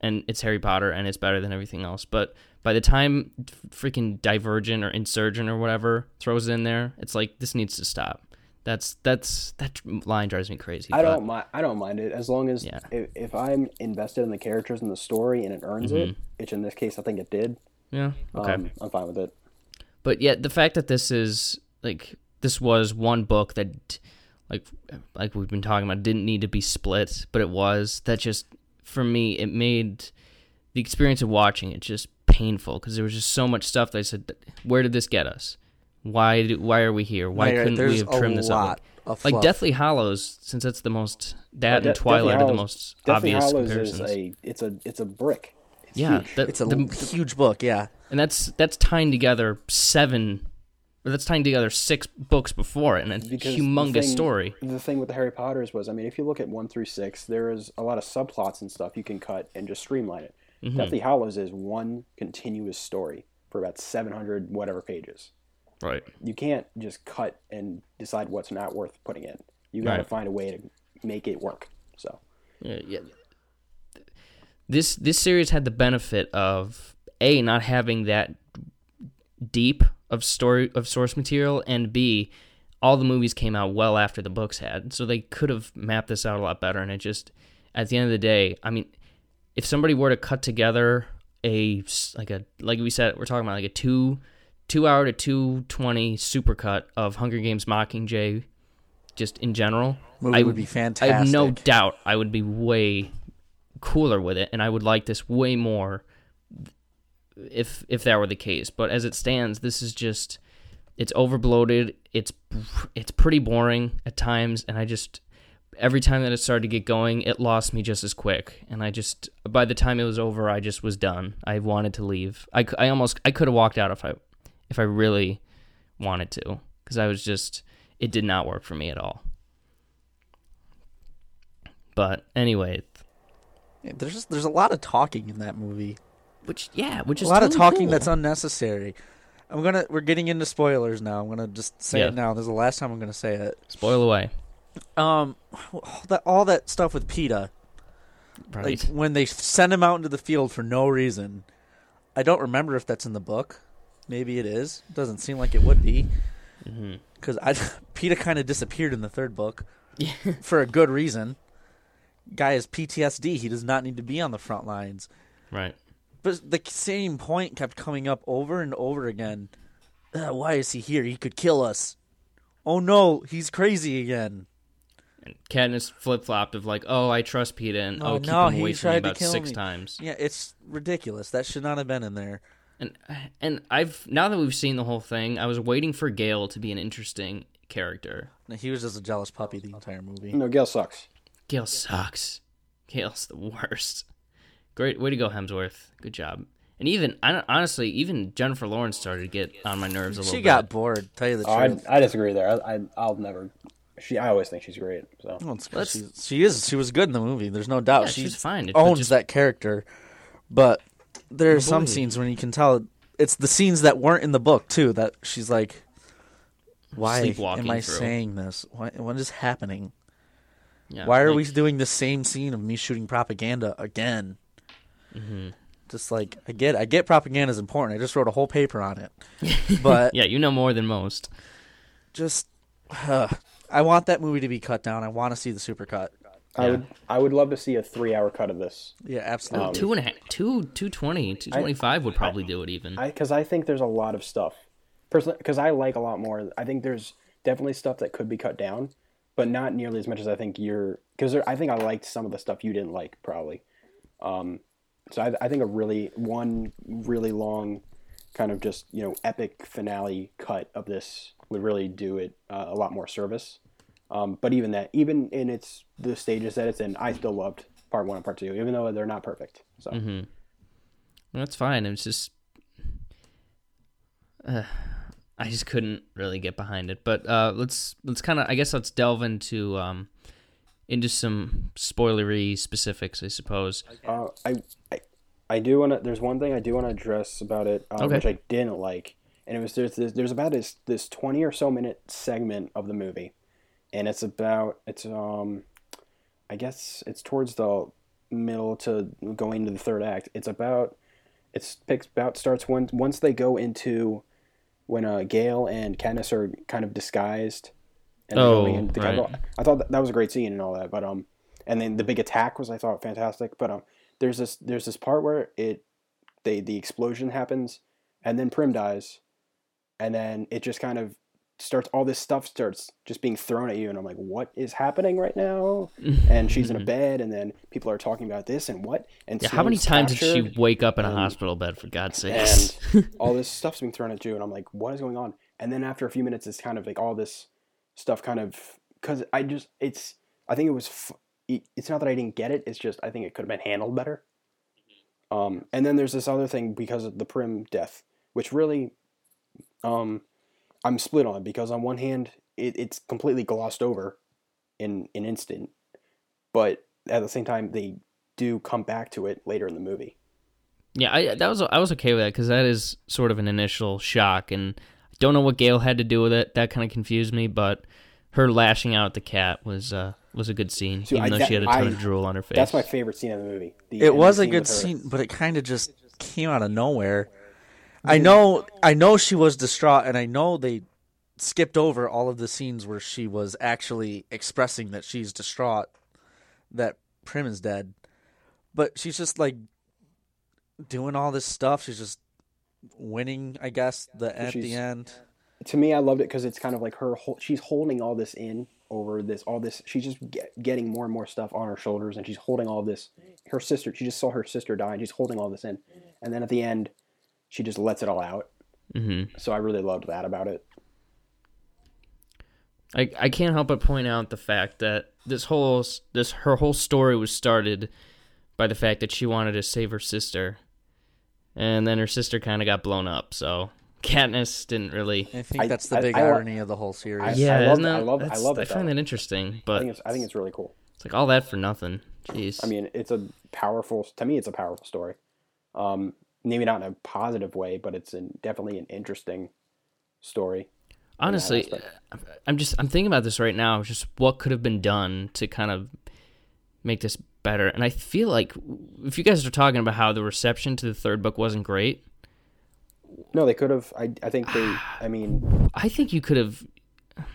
Speaker 2: and it's Harry Potter and it's better than everything else. But by the time f- freaking Divergent or Insurgent or whatever throws it in there, it's like this needs to stop. That's that's that line drives me crazy.
Speaker 3: I
Speaker 2: but-
Speaker 3: don't mind I don't mind it as long as
Speaker 2: Yeah.
Speaker 3: if, if I'm invested in the characters and the story and it earns it, which in this case I think it did.
Speaker 2: Yeah. Mm-hmm. Okay.
Speaker 3: Um, I'm fine with it.
Speaker 2: but yet the fact that this is like this was one book that like like we've been talking about didn't need to be split but it was that just for me it made the experience of watching it just painful because there was just so much stuff that i said where did this get us why do, why are we here why
Speaker 4: Yeah,
Speaker 2: couldn't we
Speaker 4: there's
Speaker 2: have
Speaker 4: a
Speaker 2: trimmed this up
Speaker 4: lot of
Speaker 2: like
Speaker 4: fluff.
Speaker 2: deathly hollows since that's the most that
Speaker 3: Uh, De-
Speaker 2: and twilight are the
Speaker 3: Deathly Hallows-
Speaker 2: most
Speaker 3: Deathly
Speaker 2: obvious
Speaker 3: Hallows
Speaker 2: comparisons
Speaker 3: is a it's a it's a brick. It's
Speaker 2: yeah
Speaker 3: huge.
Speaker 2: that,
Speaker 4: It's a
Speaker 2: the-
Speaker 4: l- huge book, yeah.
Speaker 2: and that's that's tying together seven or that's tying together six books before it and it's a
Speaker 3: because the
Speaker 2: humongous
Speaker 3: thing-
Speaker 2: story
Speaker 3: The thing with the Harry Potters was, I mean, if you look at one through six, there is a lot of subplots and stuff you can cut and just streamline it.
Speaker 2: Mm-hmm.
Speaker 3: Deathly Hollows is one continuous story for about seven hundred whatever pages.
Speaker 2: right
Speaker 3: You can't just cut and decide what's not worth putting in. You got to
Speaker 2: Right.
Speaker 3: find a way to make it work. So
Speaker 2: yeah, yeah. this this series had the benefit of a not having that deep of story of source material and b all the movies came out well after the books had so they could have mapped this out a lot better and it just at the end of the day i mean if somebody were to cut together a s- like a like we said we're talking about like a two two hour to 220 supercut of hunger games mockingjay just in general
Speaker 4: Movie
Speaker 2: I
Speaker 4: would be
Speaker 2: I have no
Speaker 4: fantastic.
Speaker 2: doubt I would be way cooler with it, and I would like this way more if if that were the case. But as it stands, this is just it's overbloated. It's it's pretty boring at times, and I just every time that it started to get going, it lost me just as quick. And I just by the time it was over, I just was done. I wanted to leave. I, c- I almost I could have walked out if I if I really wanted to because I was just it did not work for me at all. But anyway,
Speaker 4: There's just, there's a lot of talking in that movie.
Speaker 2: Which yeah, which
Speaker 4: a
Speaker 2: is
Speaker 4: lot of
Speaker 2: totally
Speaker 4: talking
Speaker 2: cool.
Speaker 4: that's unnecessary. I'm gonna we're getting into spoilers now. I'm gonna just say
Speaker 2: Yeah.
Speaker 4: it now. This is the last time I'm gonna say it.
Speaker 2: spoil away.
Speaker 4: Um, all that all that stuff with Peta,
Speaker 2: Right.
Speaker 4: like when they send him out into the field for no reason. I don't remember if that's in the book. Maybe it is. Doesn't seem like it would be
Speaker 2: Mhm.
Speaker 4: because I Peta kind of disappeared in the third book
Speaker 2: Yeah.
Speaker 4: for a good reason. Guy has PTSD. He does not need to be on the front lines.
Speaker 2: Right.
Speaker 4: But the same point kept coming up over and over again. Ugh, why is he here? He could kill us. Oh no, he's crazy again.
Speaker 2: And Katniss flip flopped of like, oh, I trust Peeta, and
Speaker 4: No,
Speaker 2: oh, keep
Speaker 4: no,
Speaker 2: him away
Speaker 4: he
Speaker 2: from me
Speaker 4: tried to
Speaker 2: about
Speaker 4: kill
Speaker 2: six
Speaker 4: me.
Speaker 2: times.
Speaker 4: Yeah, it's ridiculous. That should not have been in there.
Speaker 2: And and I've now that we've seen the whole thing, I was waiting for Gale to be an interesting character.
Speaker 4: No, he was just a jealous puppy the entire movie.
Speaker 3: No, Gail sucks.
Speaker 2: Gale sucks. Gale's the worst. Great way to go, Hemsworth. Good job. And even I don't, honestly, even Jennifer Lawrence started to get on my nerves a little
Speaker 4: She
Speaker 2: bit.
Speaker 4: got bored. Tell you the
Speaker 3: Oh, I,
Speaker 4: truth.
Speaker 3: I disagree there. I, I I'll never. She I always think she's great. So
Speaker 4: Well, it's 'cause
Speaker 2: Let's-
Speaker 4: she's- she is. She was good in the movie. There's no doubt.
Speaker 2: Yeah,
Speaker 4: she
Speaker 2: she's fine. It- but
Speaker 4: owns
Speaker 2: just-
Speaker 4: that character. But there are some
Speaker 2: boy.
Speaker 4: scenes when you can tell it's the scenes that weren't in the book too. That she's like, why
Speaker 2: Sleepwalking
Speaker 4: am I
Speaker 2: through.
Speaker 4: saying this? Why, what is happening?
Speaker 2: Yeah,
Speaker 4: Why are
Speaker 2: like,
Speaker 4: we doing the same scene of me shooting propaganda again?
Speaker 2: Mm-hmm.
Speaker 4: Just like I get, I get propaganda is important. I just wrote a whole paper on it, but
Speaker 2: Yeah, you know more than most.
Speaker 4: just uh, I want that movie to be cut down. I want to see the supercut.
Speaker 3: I would I would love to see a three hour cut of this.
Speaker 4: Yeah, absolutely.
Speaker 2: two and a half, two, two twenty, two twenty five would probably do it even.
Speaker 3: I because I think there's a lot of stuff. Personally, because I like a lot more. I think there's definitely stuff that could be cut down, but not nearly as much as I think you're. Because I think I liked some of the stuff you didn't like probably. Um, so I, I think a really one really long, kind of just you know epic finale cut of this would really do it uh, a lot more service. Um, but even that, even in its the stages that it's in, I still loved part one and part two, even though they're not perfect. So
Speaker 2: That's fine. It's just, uh, I just couldn't really get behind it. But uh, let's let's kind of I guess let's delve into um, into some spoilery specifics, I suppose.
Speaker 3: Uh, I, I, I do want to. There's one thing I do want to address about it, um,
Speaker 2: Okay.
Speaker 3: which I didn't like, and it was there's this, there's about this this twenty or so minute segment of the movie, and it's about it's um, I guess it's towards the middle to going to the third act. It's about it's picks about starts once once they go into when uh Gale and Katniss are kind of disguised. And they're
Speaker 2: Oh,
Speaker 3: going in- they kind of
Speaker 2: right.
Speaker 3: go- I thought that, that was a great scene and all that, but um, and then the big attack was I thought fantastic, but um, there's this there's this part where it they the explosion happens and then Prim dies, and then it just kind of starts all this stuff starts just being thrown at you, and I'm like, what is happening right now? And she's in a bed, and then people are talking about this and what and
Speaker 2: Yeah, how many
Speaker 3: Sam's
Speaker 2: times did
Speaker 3: captured
Speaker 2: she wake up in a
Speaker 3: and-
Speaker 2: hospital bed for God's sakes?
Speaker 3: and all this stuff's being thrown at you and i'm like what is going on and then after a few minutes it's kind of like all this stuff kind of because i just it's i think it was f- it- it's not that i didn't get it it's just i think it could have been handled better um, and then there's this other thing because of the prim death which really um, i'm split on because on one hand it, it's completely glossed over in an instant but at the same time they do come back to it later in the movie
Speaker 2: Yeah, I that was I was okay with that because that is sort of an initial shock, and I don't know what Gail had to do with it. That kind of confused me, but her lashing out at the cat was uh, was a good scene,
Speaker 3: See,
Speaker 2: even
Speaker 3: I-
Speaker 2: though
Speaker 3: that-
Speaker 2: she had a ton
Speaker 3: I-
Speaker 2: of drool on her face.
Speaker 3: That's my favorite scene in the movie. The
Speaker 4: it
Speaker 3: ending
Speaker 4: was a
Speaker 3: scene
Speaker 4: good
Speaker 3: with her.
Speaker 4: scene, but it kind of just came out of nowhere. I know, I know she was distraught, and I know they skipped over all of the scenes where she was actually expressing that she's distraught that Prim is dead, but she's just like doing all this stuff. She's just winning, I guess, the at
Speaker 3: She's-
Speaker 4: the end.
Speaker 3: To me, I loved it because it's kind of like her. Whole, she's holding all this in over this, all this. She's just get, getting more and more stuff on her shoulders, and she's holding all this. Her sister. She just saw her sister die, and she's holding all this in. And then at the end, she just lets it all out. Mm-hmm. So I really loved that about it.
Speaker 2: I, I can't help but point out the fact that this whole this her whole story was started by the fact that she wanted to save her sister, and then her sister kind of got blown up. So Katniss didn't really.
Speaker 4: I think
Speaker 3: I-
Speaker 4: that's the
Speaker 3: I-
Speaker 4: big
Speaker 3: I wa-
Speaker 4: irony of the whole series.
Speaker 3: I-
Speaker 2: Yeah,
Speaker 3: love
Speaker 2: isn't
Speaker 3: that-
Speaker 2: that-
Speaker 3: I love- I
Speaker 2: that's-
Speaker 3: love it,
Speaker 2: I find
Speaker 3: though.
Speaker 2: that interesting,
Speaker 3: I
Speaker 2: but
Speaker 3: think it's. I think it's really cool.
Speaker 2: it's like all that for nothing. Jeez.
Speaker 3: I mean, it's a powerful. To me, it's a powerful story. Um, maybe not in a positive way, but it's an, definitely an interesting story.
Speaker 2: Honestly,
Speaker 3: aspect.
Speaker 2: I'm just I'm thinking about this right now. Just what could have been done to kind of make this better. And I feel like if you guys are talking about how the reception to the third book wasn't great,
Speaker 3: No, they could have. I, I think they. I mean,
Speaker 2: I think you could have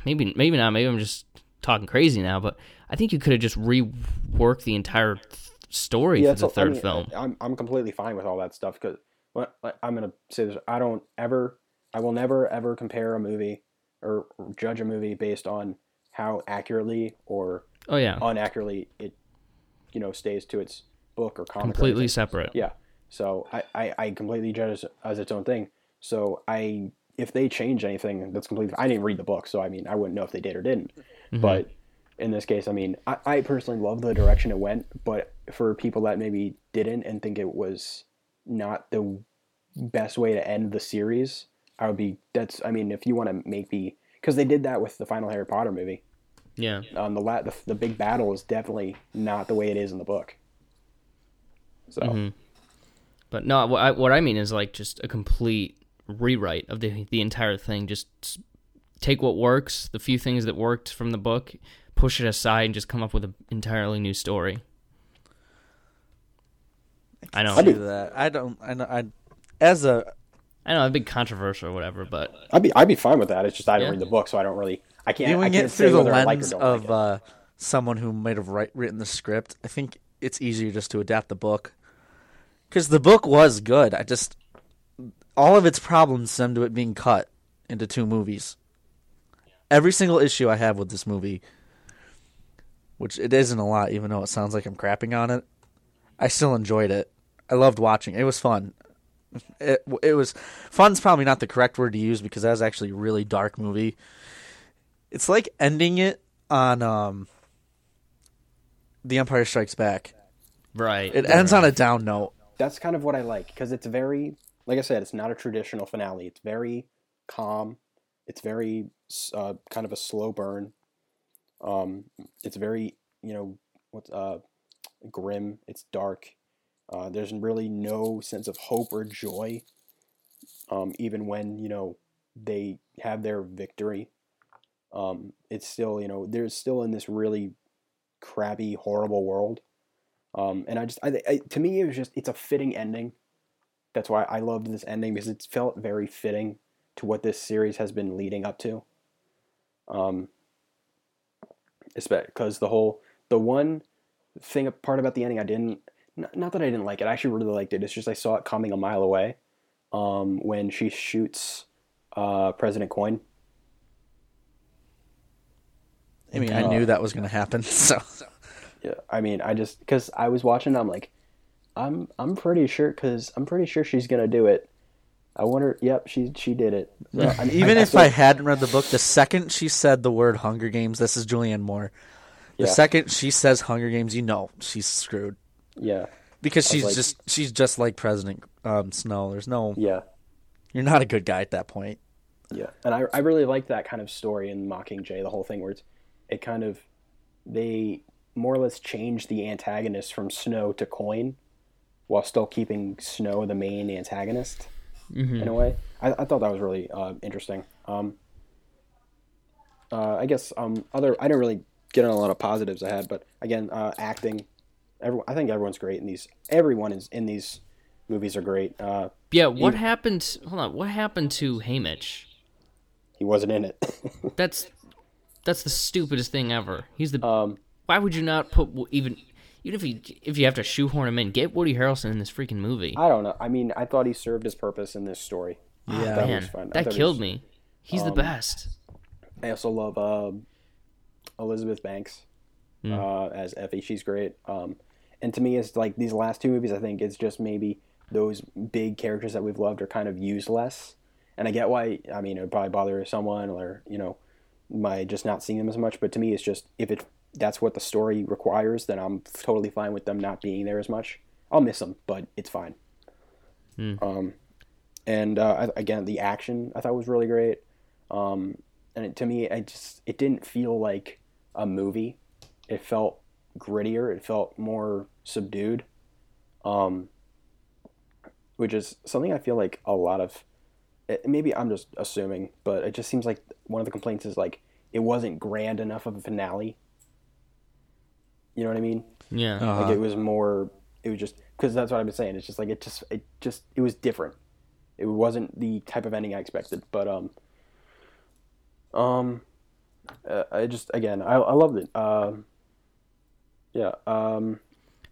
Speaker 2: maybe maybe not. Maybe I'm just talking crazy now, but I think you could have just reworked the entire th- story for the
Speaker 3: yeah, that's all- I
Speaker 2: third
Speaker 3: mean, uh,
Speaker 2: film.
Speaker 3: I'm I'm completely fine with all that stuff because I'm gonna say this. I don't ever. I will never ever compare a movie or judge a movie based on how accurately or
Speaker 2: oh yeah,
Speaker 3: unaccurately it, you know, stays to its book or comic. or
Speaker 2: completely
Speaker 3: anything.
Speaker 2: separate.
Speaker 3: Yeah. So I, I, I completely judge it as its own thing. So I if they change anything, that's completely. I didn't read the book, so I mean I wouldn't know if they did or didn't. But in this case, I mean I, I personally love the direction it went, but for people that maybe didn't and think it was not the best way to end the series, I would be. That's I mean if you want to make me because they did that with the final Harry Potter movie.
Speaker 2: Yeah.
Speaker 3: Um, the, la- the the big battle is definitely not the way it is in the book. So.
Speaker 2: But no, what I, what I mean is like just a complete rewrite of the the entire thing. Just s- take what works, the few things that worked from the book, push it aside, and just come up with an entirely new story. I know,
Speaker 3: I
Speaker 4: do
Speaker 3: do.
Speaker 4: that. I don't. I, know- I as a
Speaker 2: I know, a big controversial or whatever, but
Speaker 3: I'd be I'd be fine with that. It's just I
Speaker 2: Yeah.
Speaker 3: don't read the book, so I don't really I can't. I
Speaker 4: viewing
Speaker 3: can't
Speaker 4: it through
Speaker 3: say
Speaker 4: the
Speaker 3: whether I like or
Speaker 4: lens
Speaker 3: don't
Speaker 4: of
Speaker 3: like it.
Speaker 4: uh, someone who might have write, written the script, I think it's easier just to adapt the book because the book was good. I just all of its problems stem to it being cut into two movies. Every single issue I have with this movie, which it isn't a lot, even though it sounds like I'm crapping on it, I still enjoyed it. I loved watching. It was fun. It it was fun's probably not the correct word to use because that was actually a really dark movie it's like ending it on um the empire strikes back
Speaker 2: right.
Speaker 4: it ends on a down note
Speaker 3: That's kind of what I like because it's very like I said, it's not a traditional finale. It's very calm. It's very uh, kind of a slow burn. Um, it's very you know what's uh grim. It's dark. Uh, there's really no sense of hope or joy. Um, even when you know they have their victory, um, it's still you know they're still in this really crappy, horrible world. Um, and I just, I, I, to me, it was just, it's a fitting ending. That's why I loved this ending because it felt very fitting to what this series has been leading up to. Um, because the whole, the one thing, part about the ending I didn't, not, not that I didn't like it, I actually really liked it. It's just I saw it coming a mile away um, when she shoots uh, President Coin.
Speaker 4: i mean i
Speaker 3: Oh.
Speaker 4: knew that was going to happen so
Speaker 3: Yeah, I mean, I just because I was watching, I'm like, I'm I'm pretty sure because I'm pretty sure she's gonna do it. I wonder. Yep, she she did it. So, I-
Speaker 4: even if
Speaker 3: still-
Speaker 4: i hadn't read the book the second she said the word hunger games this is julianne moore the
Speaker 3: Yeah.
Speaker 4: second she says hunger games you know she's screwed
Speaker 3: yeah
Speaker 4: because she's
Speaker 3: like-
Speaker 4: just she's just like president um, snow there's no
Speaker 3: yeah
Speaker 4: you're not a good guy at that point
Speaker 3: yeah, and I I really liked that kind of story in Mockingjay, the whole thing where it's it kind of they more or less changed the antagonist from Snow to Coin, while still keeping Snow the main antagonist in a way. I, I thought that was really uh, interesting. Um, uh, I guess um, other I didn't really get on a lot of positives I had, but again, uh, acting. Everyone, I think everyone's great in these. Everyone is in these movies are great. Uh,
Speaker 2: yeah, what happened? Hold on, what happened to Haymitch?
Speaker 3: he wasn't in it.
Speaker 2: That's that's the stupidest thing ever. He's the.
Speaker 3: Um,
Speaker 2: why would you not put w- even even if you if you have to shoehorn him in? Get Woody Harrelson in this freaking movie.
Speaker 3: I don't know. I mean, I thought he served his purpose in this story. Yeah, that
Speaker 2: Man,
Speaker 3: was fun. I
Speaker 2: that
Speaker 3: thought he
Speaker 2: killed
Speaker 3: was- um,
Speaker 2: me. He's the best.
Speaker 3: I also love um, Elizabeth Banks uh, as Effie. She's great. Um, and to me, it's like these last two movies. I think it's just maybe those big characters that we've loved are kind of used less. And I get why. I mean, it would probably bother someone or you know, my just not seeing them as much. But to me, it's just if it that's what the story requires, then I'm totally fine with them not being there as much. I'll miss them, but it's fine. Um, and uh, I- again, the action I thought was really great. Um, and it, to me, I just it didn't feel like a movie. It felt grittier. It felt more subdued. Um, which is something I feel like a lot of. eh, Maybe I'm just assuming, but it just seems like one of the complaints is like it wasn't grand enough of a finale. You know what I mean?
Speaker 2: Yeah.
Speaker 3: Like it was more. It was just because that's what I've been saying. It's just like it just it just it was different. It wasn't the type of ending I expected, but um, um, uh, I just again I I loved it. Um, yeah. Um,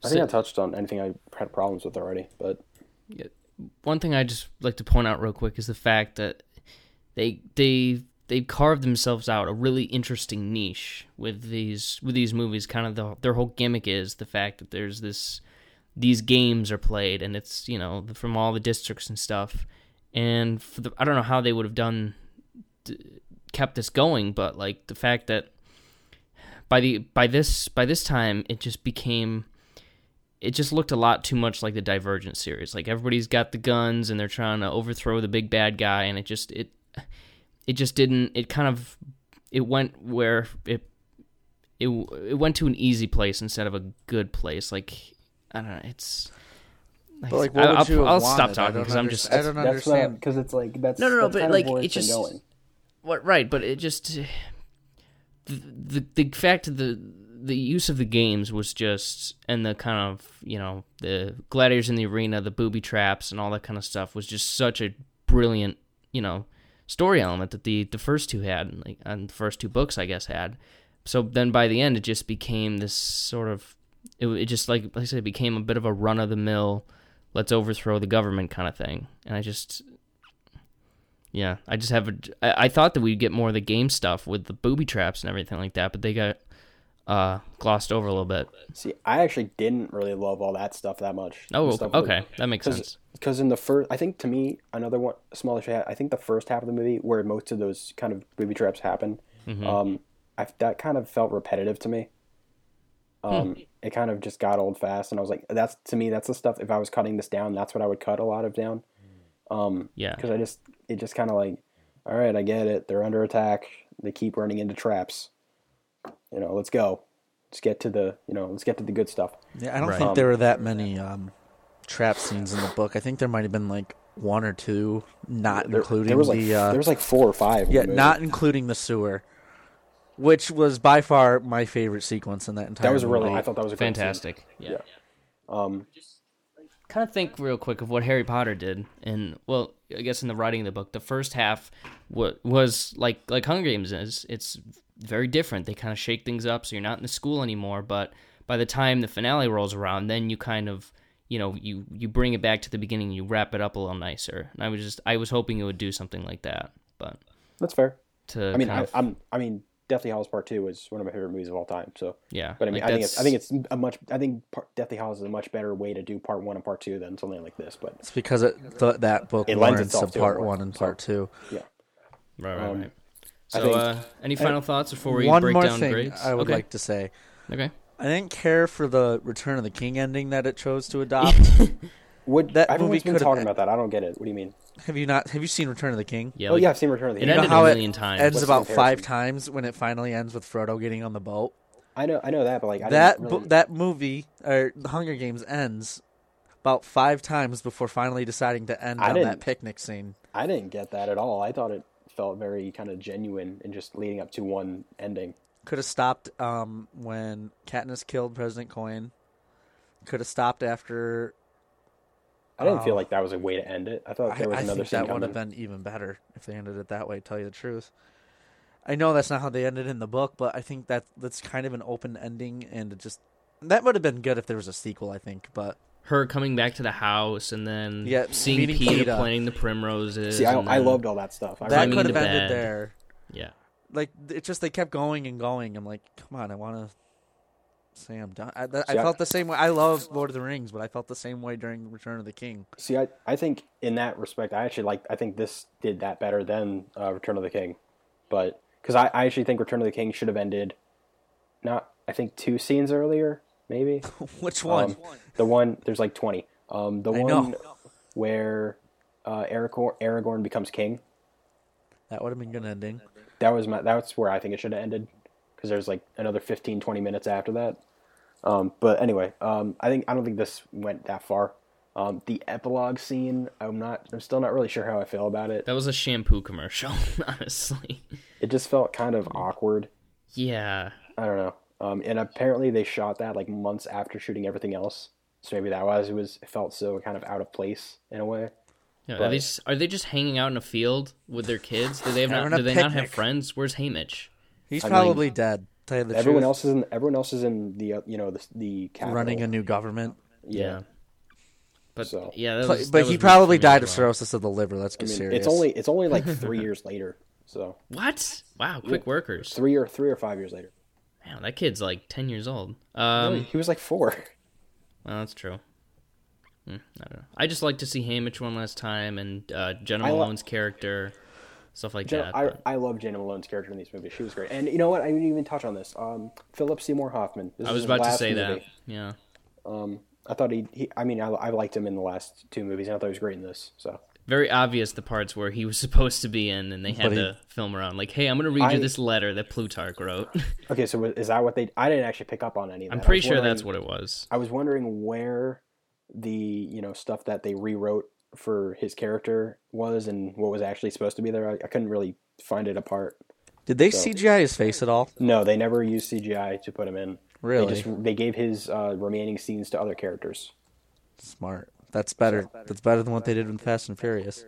Speaker 3: I think
Speaker 2: So-
Speaker 3: I touched on anything I had problems with already, but
Speaker 2: one thing I just like to point out real quick is the fact that they they they carved themselves out a really interesting niche with these with these movies. Kind of the, their whole gimmick is the fact that there's this these games are played and it's you know from all the districts and stuff. And for the, I don't know how they would have done kept this going, but like the fact that by the by this by this time it just became it just looked a lot too much like the Divergent series. Like everybody's got the guns and they're trying to overthrow the big bad guy, and it just it it just didn't. It kind of it went where it it it went to an easy place instead of a good place. Like I don't know. It's like,
Speaker 4: But like,
Speaker 2: I,
Speaker 4: what would
Speaker 2: I'll,
Speaker 4: you have
Speaker 2: I'll stop
Speaker 4: wanted? I
Speaker 2: talking
Speaker 4: don't
Speaker 2: because I'm just
Speaker 4: understand- I don't
Speaker 3: that's
Speaker 4: understand.
Speaker 3: not because it's like that's
Speaker 2: No, no, no,
Speaker 3: that's
Speaker 2: but,
Speaker 3: kind of
Speaker 2: like,
Speaker 3: where
Speaker 2: it
Speaker 3: it's been
Speaker 2: just-
Speaker 3: going.
Speaker 2: What right, but it just the the, the fact of the the use of the games was just and the kind of you know the gladiators in the arena, the booby traps, and all that kind of stuff was just such a brilliant you know story element that the the first two had and, like and the first two books I guess had. So then by the end, it just became this sort of it, it just like like I said, it became a bit of a run of the mill, let's overthrow the government kind of thing, and I just yeah, I just have a. I, I thought that we'd get more of the game stuff with the booby traps and everything like that, but they got uh, glossed over a little bit.
Speaker 3: See, I actually didn't really love all that stuff that much.
Speaker 2: Oh,
Speaker 3: The
Speaker 2: okay,
Speaker 3: stuff with-
Speaker 2: that makes sense.
Speaker 3: because in the first, I think to me another one smaller shit. I think the first half of the movie where most of those kind of booby traps happen,
Speaker 4: Mm-hmm.
Speaker 3: um, I, that kind of felt repetitive to me.
Speaker 4: Hmm.
Speaker 3: Um, It kind of just got old fast, and I was like, "That's to me, that's the stuff. If I was cutting this down, that's what I would cut a lot of down." Um,
Speaker 2: Yeah,
Speaker 3: because I just it just kind of like, all right, I get it. They're under attack. They keep running into traps. You know, let's go. Let's get to the you know, let's get to the good stuff.
Speaker 4: Yeah, I don't
Speaker 2: Right.
Speaker 4: think there were that many um, trap scenes in the book. I think there might have been like one or two, not
Speaker 3: There,
Speaker 4: including
Speaker 3: there was like
Speaker 4: the uh,
Speaker 3: there was like four or five. in the
Speaker 4: yeah,
Speaker 3: movie.
Speaker 4: not including the sewer, which was by far my favorite sequence in that entire.
Speaker 3: that was really.
Speaker 4: movie.
Speaker 3: I thought that was a great scene.
Speaker 2: fantastic. Yeah.
Speaker 3: Yeah. Um,
Speaker 2: kind of think real quick of what Harry Potter did, and well, I guess in the writing of the book, the first half wa- was like like Hunger Games is. It's very different. They kind of shake things up, so you're not in the school anymore. But by the time the finale rolls around, then you kind of you know you you bring it back to the beginning. You wrap it up a little nicer. And I was just I was hoping it would do something like that, but
Speaker 3: that's fair.
Speaker 2: to
Speaker 3: I mean,
Speaker 2: kind
Speaker 3: I,
Speaker 2: of-
Speaker 3: I'm. I mean, Deathly Hallows Part Two was one of my favorite movies of all time. So,
Speaker 2: yeah,
Speaker 3: but I mean,
Speaker 2: like
Speaker 3: I think it's.
Speaker 2: that's-
Speaker 3: I think it's a much. I think part, Deathly Hallows is a much better way to do Part One and Part Two than something like this. But
Speaker 4: It's because it, th- that book
Speaker 3: It lends
Speaker 4: warrants
Speaker 3: itself
Speaker 4: of
Speaker 3: to it
Speaker 4: part
Speaker 3: more,
Speaker 4: one and part two.
Speaker 3: yeah,
Speaker 2: right, right,
Speaker 3: um,
Speaker 2: right.
Speaker 3: I
Speaker 2: So,
Speaker 3: think-
Speaker 2: uh, any final thoughts before we
Speaker 4: One
Speaker 2: break
Speaker 4: more
Speaker 2: down
Speaker 4: thing
Speaker 2: grades?
Speaker 4: I would
Speaker 2: okay.
Speaker 4: like to say.
Speaker 2: okay.
Speaker 3: Oh,
Speaker 4: I didn't care for the Return of the King ending that it chose to adopt.
Speaker 3: would
Speaker 4: That
Speaker 3: that
Speaker 4: movie
Speaker 3: everyone's been
Speaker 4: could've-
Speaker 3: talking about that? I don't get it. What do you mean?
Speaker 4: have you not? Have you seen Return of the King?
Speaker 2: Yeah.
Speaker 3: Oh
Speaker 2: like-
Speaker 3: yeah, I've seen Return of the
Speaker 2: It
Speaker 3: King.
Speaker 4: You know
Speaker 2: ended
Speaker 4: how
Speaker 2: a
Speaker 4: it
Speaker 2: million times.
Speaker 4: ends
Speaker 3: What's the
Speaker 4: about
Speaker 3: comparison?
Speaker 4: five times when it finally ends with Frodo getting on the boat.
Speaker 3: I know, I know that, but like I
Speaker 4: that
Speaker 3: didn't really,
Speaker 4: bo- that movie or the Hunger Games ends about five times before finally deciding to end
Speaker 3: I
Speaker 4: on
Speaker 3: didn't-
Speaker 4: that picnic scene.
Speaker 3: I didn't get that at all. I thought it felt very kind of genuine and just leading up to one ending.
Speaker 4: Could have stopped um, when Katniss killed President Coin. Could have stopped after.
Speaker 3: I didn't feel like that was a way to end it. I thought
Speaker 4: Oh. I,
Speaker 3: there was
Speaker 4: I
Speaker 3: another
Speaker 4: think
Speaker 3: scene
Speaker 4: that would
Speaker 3: coming.
Speaker 4: have been even better if they ended it that way. Tell you the truth, I know that's not how they ended in the book, but I think that that's kind of an open ending, and it just that would have been good if there was a sequel. I think, but
Speaker 2: her coming back to the house and then
Speaker 4: Yeah,
Speaker 2: seeing
Speaker 4: meeting
Speaker 2: Peter,
Speaker 4: Peter.
Speaker 2: planting the primroses.
Speaker 3: See, I,
Speaker 2: and
Speaker 3: I
Speaker 2: then-
Speaker 3: loved all that stuff. I
Speaker 4: that
Speaker 2: mean
Speaker 3: really
Speaker 4: could
Speaker 2: to
Speaker 4: have ended
Speaker 2: bed.
Speaker 4: there.
Speaker 2: Yeah,
Speaker 4: like it just they kept going and going. I'm like, come on, I want to say I'm done. I, that, I
Speaker 3: See, I-
Speaker 4: felt the same way. I love Lord of the Rings, but I felt the same way during Return of the King.
Speaker 3: See, I, I think in that respect, I actually like. I think this did that better than uh, Return of the King, but because I, I actually think Return of the King should have ended, not I think two scenes earlier, maybe.
Speaker 4: Which one?
Speaker 3: Um, the one there's like twenty. Um, the one
Speaker 4: know.
Speaker 3: where uh, Aragorn, Aragorn becomes king.
Speaker 4: that would have been good ending.
Speaker 3: That was my. That's where I think it should have ended, because there's like another 15, 20 minutes after that. Um, but anyway, um, I think I don't think this went that far. Um, the epilogue scene, I'm not, I'm still not really sure how I feel about it.
Speaker 2: That was a shampoo commercial, honestly.
Speaker 3: It just felt kind of awkward.
Speaker 2: Yeah.
Speaker 3: I don't know. Um, and apparently they shot that like months after shooting everything else, so maybe that was it was it felt so kind of out of place in a way.
Speaker 2: Yeah, are they just, are they just hanging out in a field with their kids? Do they have
Speaker 4: Having
Speaker 2: not,
Speaker 4: a
Speaker 2: do they not have
Speaker 4: picnic.
Speaker 2: friends? Where's Hamish?
Speaker 4: He's
Speaker 3: I mean,
Speaker 4: probably dead. Tell you the
Speaker 3: everyone
Speaker 4: truth.
Speaker 3: else is in everyone else is in the uh, you know the the capital.
Speaker 4: running a new government.
Speaker 3: yeah.
Speaker 2: But
Speaker 3: So-
Speaker 2: yeah, that
Speaker 4: But-
Speaker 2: was, that
Speaker 4: but
Speaker 2: was
Speaker 4: he
Speaker 2: weird
Speaker 4: probably
Speaker 2: for me
Speaker 4: died of
Speaker 2: as well.
Speaker 4: cirrhosis of the liver. Let's
Speaker 3: I
Speaker 4: get
Speaker 3: mean,
Speaker 4: serious.
Speaker 3: it's only it's only like three years later, so
Speaker 2: What? Wow, quick workers.
Speaker 3: three or three or five years later.
Speaker 2: Man, that kid's like ten years old. Um,
Speaker 3: he was like four.
Speaker 2: well, that's true. Hmm, I don't know. I just like to see Hamish one last time and uh, Jenna
Speaker 3: I lo-
Speaker 2: Malone's character, stuff like
Speaker 3: Jen-
Speaker 2: that.
Speaker 3: I,
Speaker 2: but
Speaker 3: I love Jenna Malone's character in these movies. She was great. And you know what? I didn't even touch on this. Um, Philip Seymour Hoffman. This
Speaker 2: I
Speaker 3: is
Speaker 2: was
Speaker 3: his
Speaker 2: about to
Speaker 3: last
Speaker 2: say that.
Speaker 3: movie. Um,
Speaker 2: Yeah.
Speaker 3: I thought he, he I mean, I, I liked him in the last two movies, and I thought he was great in this. So
Speaker 2: very obvious the parts where he was supposed to be in and they had
Speaker 4: But he-
Speaker 2: to film around like hey i'm going to read
Speaker 3: I-
Speaker 2: you this letter that plutarch wrote
Speaker 3: okay, so is that what they? I didn't actually pick up on any. Of
Speaker 2: i'm
Speaker 3: that. I
Speaker 2: pretty
Speaker 3: was
Speaker 2: sure
Speaker 3: wondering-
Speaker 2: that's what it was
Speaker 3: I was wondering where the you know stuff that they rewrote for his character was, and what was actually supposed to be there. I, I couldn't really find it apart.
Speaker 4: Did they CGI his face at all?
Speaker 3: No, they never used CGI to put him in.
Speaker 4: Really?
Speaker 3: They just they gave his uh, remaining scenes to other characters.
Speaker 4: Smart. That's better. That's better than what they did in Fast and Furious.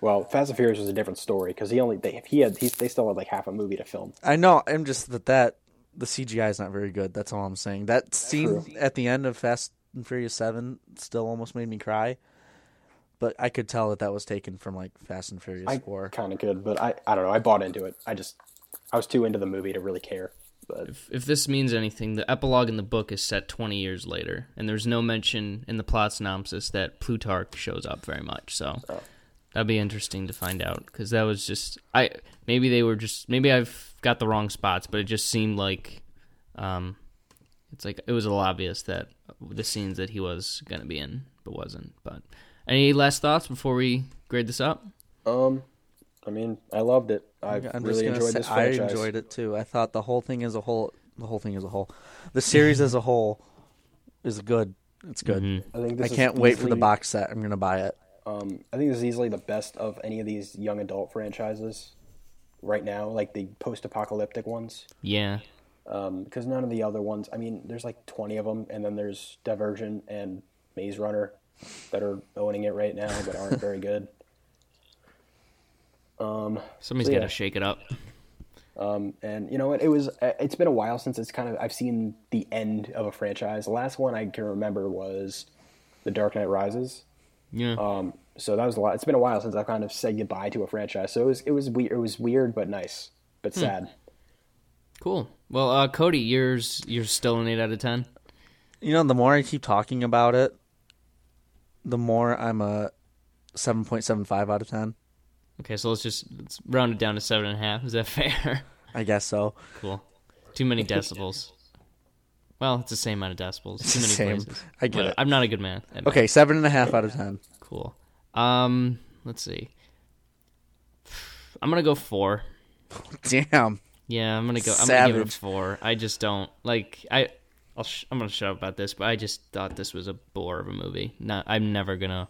Speaker 3: Well, Fast and Furious was a different story because he only they he had he, they still had like half a movie to film.
Speaker 4: I know. I'm just that that the CGI is not very good. That's all I'm saying. That scene at the end of Fast and Furious Seven still almost made me cry, but I could tell that that was taken from like Fast and Furious
Speaker 3: I
Speaker 4: Four.
Speaker 3: kind of could, but I I don't know. I bought into it. I just I was too into the movie to really care. But
Speaker 2: if this means anything the epilogue in the book is set 20 years later and there's no mention in the plot synopsis that plutarch shows up very much so that'd be interesting to find out because that was just i maybe they were just maybe i've got the wrong spots but it just seemed like um it's like it was a little obvious that the scenes that he was gonna be in but wasn't but any last thoughts before we grade this up
Speaker 3: um, I mean, I loved it. I
Speaker 4: I'm just
Speaker 3: really enjoyed
Speaker 4: gonna
Speaker 3: this
Speaker 4: say I
Speaker 3: franchise.
Speaker 4: enjoyed it too. I thought the whole thing as a whole, the whole thing as a whole, the series as a whole, is good. It's good.
Speaker 3: I think
Speaker 4: I
Speaker 3: this is
Speaker 4: can't wait for the
Speaker 3: easily-
Speaker 4: box set. I'm gonna buy it.
Speaker 3: Um, I think this is easily the best of any of these young adult franchises right now, like the post-apocalyptic ones.
Speaker 2: yeah
Speaker 3: because Um, none of the other ones. I mean, there's like 20 of them, and then there's Divergent and Maze Runner that are owning it right now, but aren't very good.
Speaker 2: somebody's
Speaker 3: So, yeah.
Speaker 2: gotta shake it up
Speaker 3: And you know what? It was. uh, It's been a while since it's kind of I've seen the end of a franchise. The last one I can remember was The Dark Knight Rises.
Speaker 2: yeah
Speaker 3: Um, so that was a lot. It's been a while since I've kind of said goodbye to a franchise. So it was. It was weird. It was weird, but nice, but
Speaker 2: Hmm.
Speaker 3: sad.
Speaker 2: Cool. Well, uh, Cody, yours you're still an eight out of ten.
Speaker 4: You know, the more I keep talking about it, the more I'm a 7.75 out of 10.
Speaker 2: Okay, so let's just let's round it down to seven and a half. Is that fair?
Speaker 4: I guess so.
Speaker 2: cool. Too many decibels. Well, it's the same amount of decibels. Too many
Speaker 4: Same.
Speaker 2: places.
Speaker 4: I get
Speaker 2: Whatever.
Speaker 4: it.
Speaker 2: I'm not a good man. at math.
Speaker 4: Okay, seven and a half out of 10.
Speaker 2: Cool. Um, let's see. I'm gonna go four.
Speaker 4: Damn.
Speaker 2: Yeah, I'm gonna go. I'm gonna give it a
Speaker 4: Savage.
Speaker 2: four. I just don't like. I I'll sh- I'm gonna shut up about this, but I just thought this was a bore of a movie. Not. I'm never gonna.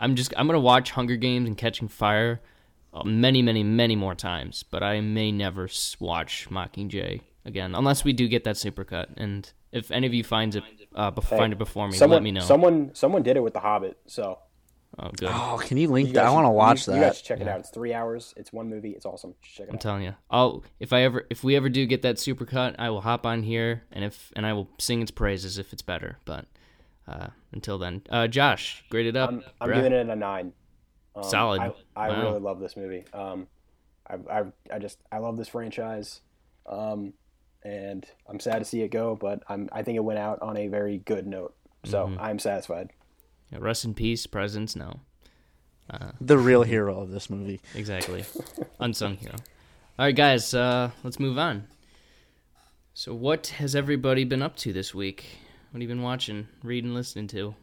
Speaker 2: I'm just. I'm gonna watch Hunger Games and Catching Fire uh, many, many, many more times, but I may never s- watch Mockingjay again, unless we do get that supercut. And if any of you finds it, uh, bef- find it before me,
Speaker 3: Someone,
Speaker 2: let me know.
Speaker 3: someone, someone did it with The Hobbit. So
Speaker 2: oh, good.
Speaker 4: Oh, can you link
Speaker 3: you
Speaker 4: that?
Speaker 3: guys
Speaker 4: I want to
Speaker 3: should-
Speaker 4: watch
Speaker 3: you,
Speaker 4: that.
Speaker 3: You guys should check it out. It's three hours. It's one movie. It's awesome. Check it
Speaker 2: I'm
Speaker 3: out.
Speaker 2: telling you. I'll if I ever if we ever do get that supercut, I will hop on here and if and I will sing its praises if it's better. But uh, until then, uh, Josh, grade it up.
Speaker 3: I'm, I'm
Speaker 2: bruh.
Speaker 3: giving it a nine. Um,
Speaker 2: Solid.
Speaker 3: I, I
Speaker 2: Wow.
Speaker 3: really love this movie. Um, I, I, I just I love this franchise, um, and I'm sad to see it go. But I'm I think it went out on a very good note. So
Speaker 2: Mm-hmm.
Speaker 3: I'm satisfied.
Speaker 2: Yeah, Rest in peace, presence. No,
Speaker 4: The real hero of this movie.
Speaker 2: exactly. Unsung hero. All right, guys, uh, let's move on. So, what has everybody been up to this week? What have you been watching, reading, listening to?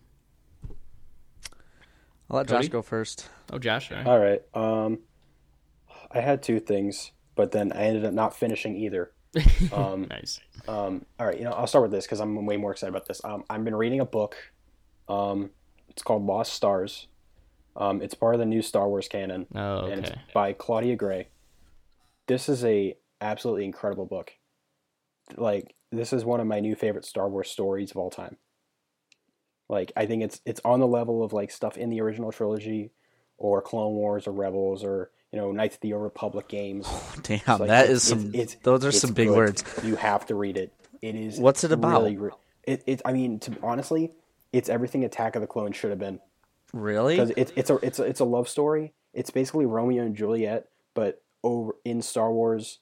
Speaker 4: I'll let
Speaker 2: Cody?
Speaker 4: Josh go first.
Speaker 2: Oh, Josh. All right.
Speaker 3: All right. Um, I had two things, but then I ended up not finishing either.
Speaker 2: Hmm.
Speaker 3: Um,
Speaker 2: nice.
Speaker 3: Um, all right, you know, I'll start with this because I'm way more excited about this. Um, I've been reading a book um, It's called Lost Stars. Um, it's part of the new Star Wars canon,
Speaker 2: Oh,
Speaker 3: and it's
Speaker 2: okay.
Speaker 3: by Claudia Gray. This is a absolutely incredible book. Like this is one of my new favorite Star Wars stories of all time. Like I think it's it's on the level of like stuff in the original trilogy, or Clone Wars, or Rebels, or you know Knights of the Old Republic games.
Speaker 4: Damn,
Speaker 3: It's like,
Speaker 4: that
Speaker 3: it's-
Speaker 4: is some.
Speaker 3: it's- it's-
Speaker 4: those are
Speaker 3: it's
Speaker 4: some big
Speaker 3: good.
Speaker 4: words.
Speaker 3: You have to read it. It is.
Speaker 4: What's it about?
Speaker 3: Really, re- it, it. I mean, to honestly, it's everything Attack of the Clones should have been
Speaker 4: Really?
Speaker 3: because it's it's a it's a, it's a love story. It's basically Romeo and Juliet, but over in Star Wars,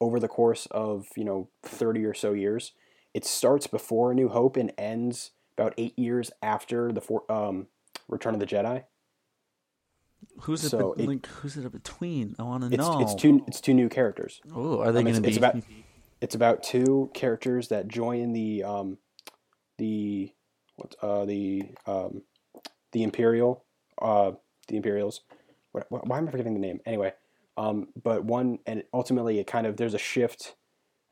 Speaker 3: over the course of you know thirty or so years, it starts before A New Hope and ends about eight years after the four, um, Return of the Jedi.
Speaker 4: who's it?
Speaker 3: so
Speaker 4: be-
Speaker 3: it-
Speaker 4: like, who's it between? I want to
Speaker 3: It's
Speaker 4: know.
Speaker 3: it's two it's two new characters.
Speaker 4: Ooh, are they
Speaker 3: Um,
Speaker 4: going
Speaker 3: it's,
Speaker 4: to be?
Speaker 3: it's about it's about two characters that join the um, the what uh, the um, the imperial uh, the imperials. What, wh- why am I forgetting the name? Anyway, um, but one and ultimately it kind of there's a shift.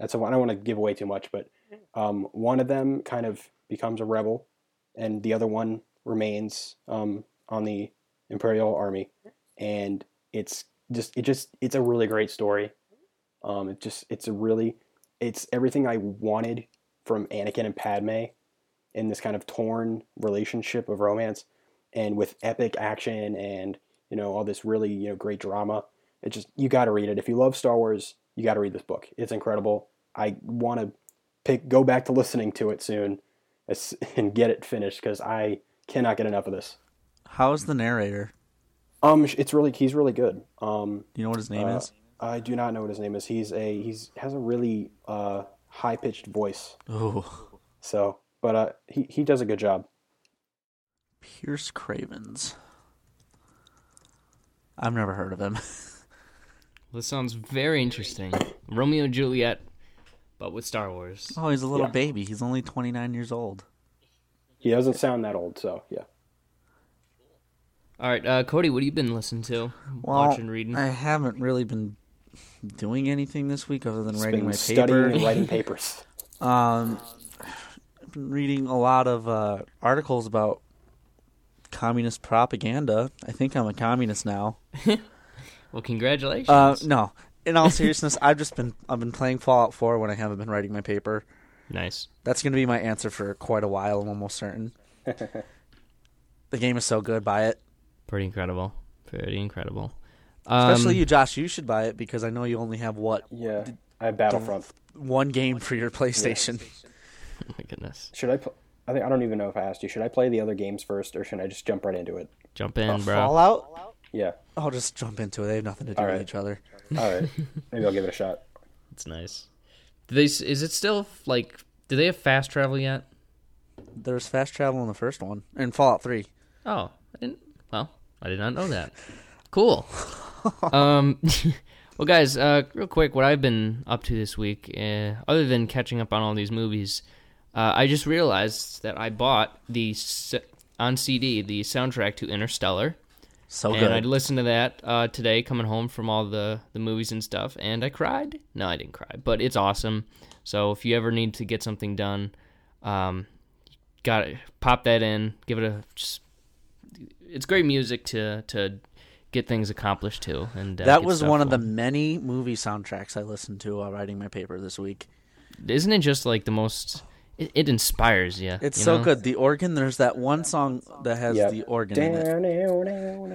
Speaker 3: That's a, I don't want to give away too much, but um, one of them kind of becomes a rebel, and the other one remains um, on the imperial army, and it's just it just it's a really great story. Um, it just it's a really it's everything I wanted from Anakin and Padme in this kind of torn relationship of romance and with epic action and you know all this really you know great drama. It just you got to read it if you love Star Wars. You got to read this book. It's incredible. I want to pick go back to listening to it soon as- and get it finished because I cannot get enough of this.
Speaker 4: How's the narrator?
Speaker 3: Um, it's really he's really good. Um,
Speaker 4: You know what his name
Speaker 3: uh,
Speaker 4: is?
Speaker 3: I do not know what his name is. He's a he's has a really uh, high pitched voice.
Speaker 4: Ooh,
Speaker 3: So, but uh, he he does a good job.
Speaker 4: Pierce Cravens. I've never heard of him.
Speaker 2: Well, this sounds very interesting. Romeo and Juliet, but with Star Wars.
Speaker 4: Oh, he's a little
Speaker 3: Yeah.
Speaker 4: baby. He's only 29 years old.
Speaker 3: He doesn't sound that old. So yeah.
Speaker 2: All right, uh, Cody, what have you been listening to, watching, reading?
Speaker 4: I haven't really been doing anything this week other than
Speaker 3: He's
Speaker 4: writing
Speaker 3: been
Speaker 4: my
Speaker 3: studying
Speaker 4: paper.
Speaker 3: and writing papers.
Speaker 4: Um, I've been reading a lot of uh, articles about communist propaganda. I think I'm a communist now.
Speaker 2: Well, congratulations.
Speaker 4: Uh, no, in all seriousness, I've just been I've been playing Fallout 4 when I haven't been writing my paper.
Speaker 2: nice.
Speaker 4: That's going to be my answer for quite a while. I'm almost certain. the game is so good. Buy it,
Speaker 2: Pretty incredible. Pretty incredible.
Speaker 4: especially
Speaker 2: Um,
Speaker 4: you, Josh. You should buy it because I know you only have what
Speaker 3: Yeah. I have Battlefront.
Speaker 4: one game for your PlayStation.
Speaker 2: oh my goodness.
Speaker 3: Should I? Pl- I think I don't even know if I asked you. Should I play the other games first, or should I just jump right into it?
Speaker 2: Jump in,
Speaker 4: Uh,
Speaker 2: bro.
Speaker 4: Fallout.
Speaker 3: Yeah.
Speaker 4: I'll just jump into it. They have nothing to do
Speaker 3: All
Speaker 4: with
Speaker 3: right.
Speaker 4: each other.
Speaker 3: All right. Maybe I'll give it a shot.
Speaker 2: It's nice. Do they, s- is it still like? Do they have fast travel yet?
Speaker 4: There was fast travel in the first one, in Fallout Three.
Speaker 2: Oh, I didn't. Well, I did not know that. Cool. um, well, guys, uh, real quick, what I've been up to this week, uh, other than catching up on all these movies, uh, I just realized that I bought the s on CD the soundtrack to Interstellar,
Speaker 4: So
Speaker 2: and I listened to that uh, today coming home from all the the movies and stuff, and I cried. No, I didn't cry, but it's awesome. So if you ever need to get something done, um, got to pop that in. Give it a just. It's great music to to get things accomplished too. And uh,
Speaker 4: that
Speaker 2: get
Speaker 4: was
Speaker 2: stuff
Speaker 4: one of the
Speaker 2: done.
Speaker 4: many movie soundtracks I listened to while writing my paper this week.
Speaker 2: Isn't it just like the most? It, it inspires you.
Speaker 4: It's
Speaker 2: you
Speaker 4: so
Speaker 2: know?
Speaker 4: good. The organ. There's that one song that has
Speaker 3: Yeah.
Speaker 4: the organ in it.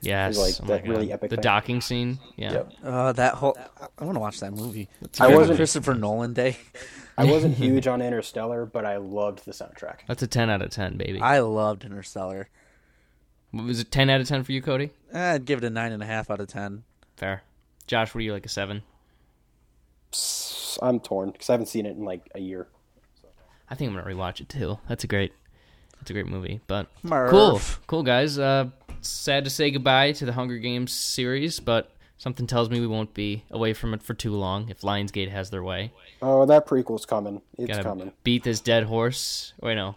Speaker 2: Yes,
Speaker 3: Like,
Speaker 2: oh my
Speaker 3: that really
Speaker 2: God.
Speaker 3: epic
Speaker 2: The
Speaker 3: thing.
Speaker 2: docking scene. Yeah.
Speaker 3: Yep.
Speaker 4: Uh, that whole. I, want to watch that movie.
Speaker 3: I
Speaker 4: Good
Speaker 3: wasn't-
Speaker 4: Christopher Nolan Day.
Speaker 3: I wasn't huge on Interstellar, but I loved the soundtrack.
Speaker 2: That's a ten out of ten, baby.
Speaker 4: I loved Interstellar.
Speaker 2: was it ten out of ten for you, Cody?
Speaker 4: Eh, I'd give it a nine and a half out of ten.
Speaker 2: Fair. Josh, were you like a seven?
Speaker 3: I'm torn because I haven't seen it in like a year.
Speaker 2: I think I'm gonna rewatch it too. That's a great, that's a great movie. But
Speaker 4: Murph.
Speaker 2: cool, cool guys. Uh, sad to say goodbye to the Hunger Games series, but something tells me we won't be away from it for too long if Lionsgate has their way.
Speaker 3: Oh, that prequel's coming. It's
Speaker 2: Gotta
Speaker 3: coming.
Speaker 2: beat this dead horse. Wait, no,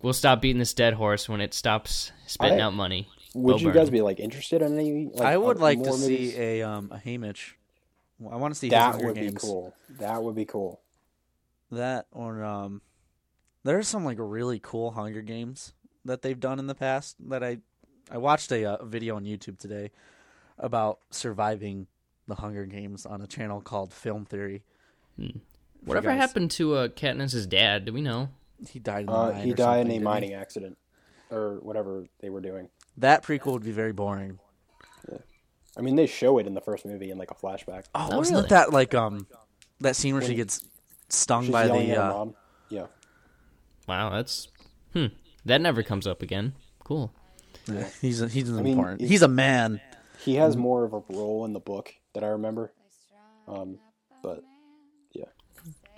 Speaker 2: we'll stop beating this dead horse when it stops spitting
Speaker 3: I-
Speaker 2: out money.
Speaker 3: Would
Speaker 2: Bo
Speaker 3: you
Speaker 2: Burnham.
Speaker 3: guys be like interested in any? Like,
Speaker 4: I would
Speaker 3: uh,
Speaker 4: like to
Speaker 3: more
Speaker 4: see
Speaker 3: movies?
Speaker 4: a um a Hamish. Well, I want to see his
Speaker 3: that
Speaker 4: Hunger
Speaker 3: would be
Speaker 4: games.
Speaker 3: cool. That would be cool.
Speaker 4: That or um, there are some like really cool Hunger Games that they've done in the past that I I watched a, uh video on YouTube today about surviving the Hunger Games on a channel called Film Theory.
Speaker 2: Whatever
Speaker 4: guys-
Speaker 2: happened to uh, Katniss's dad? Do we know?
Speaker 4: He died in the
Speaker 3: Uh,
Speaker 4: mine
Speaker 3: he
Speaker 4: or
Speaker 3: died
Speaker 4: something,
Speaker 3: in a
Speaker 4: didn't he?
Speaker 3: mining accident or whatever they were doing.
Speaker 4: That prequel would be very boring.
Speaker 3: I mean, they show it in the first movie in like a flashback.
Speaker 4: Oh,
Speaker 2: Oh,
Speaker 4: wasn't
Speaker 2: really?
Speaker 4: that like um that scene where she gets stung
Speaker 3: She's
Speaker 4: by
Speaker 3: yelling
Speaker 4: the
Speaker 3: at her
Speaker 4: uh,
Speaker 3: mom. Yeah.
Speaker 2: Wow, that's hmm. That never comes up again. Cool.
Speaker 4: he's a, he's an
Speaker 3: mean,
Speaker 4: important.
Speaker 3: it-
Speaker 4: he's a man.
Speaker 3: He has
Speaker 4: Mm-hmm.
Speaker 3: more of a role in the book that I remember. Um, but yeah.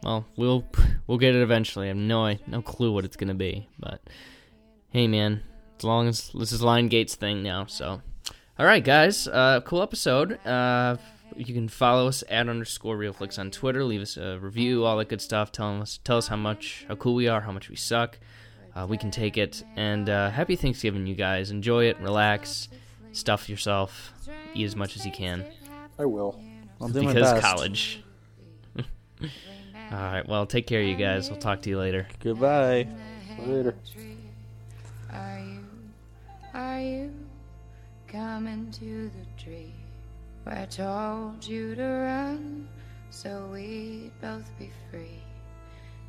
Speaker 2: Well, we'll we'll get it eventually. I have no I no clue what it's gonna be, but hey, man, as long as this is Lion Gates thing now. So, all right, guys, uh, cool episode. Uh, you can follow us at underscore RealFlix on Twitter. Leave us a review, all that good stuff. Tell us tell us how much how cool we are, how much we suck. Uh, we can take it. And uh, happy Thanksgiving, you guys. Enjoy it, relax, stuff yourself, eat as much as you can
Speaker 3: I will.
Speaker 4: I'll do my
Speaker 2: because
Speaker 4: best.
Speaker 2: college. All right. Well, take care, you guys. We'll talk to you later.
Speaker 4: Goodbye.
Speaker 3: Later.
Speaker 5: Are you, are you coming to the tree? Where I told you to run so we'd both be free.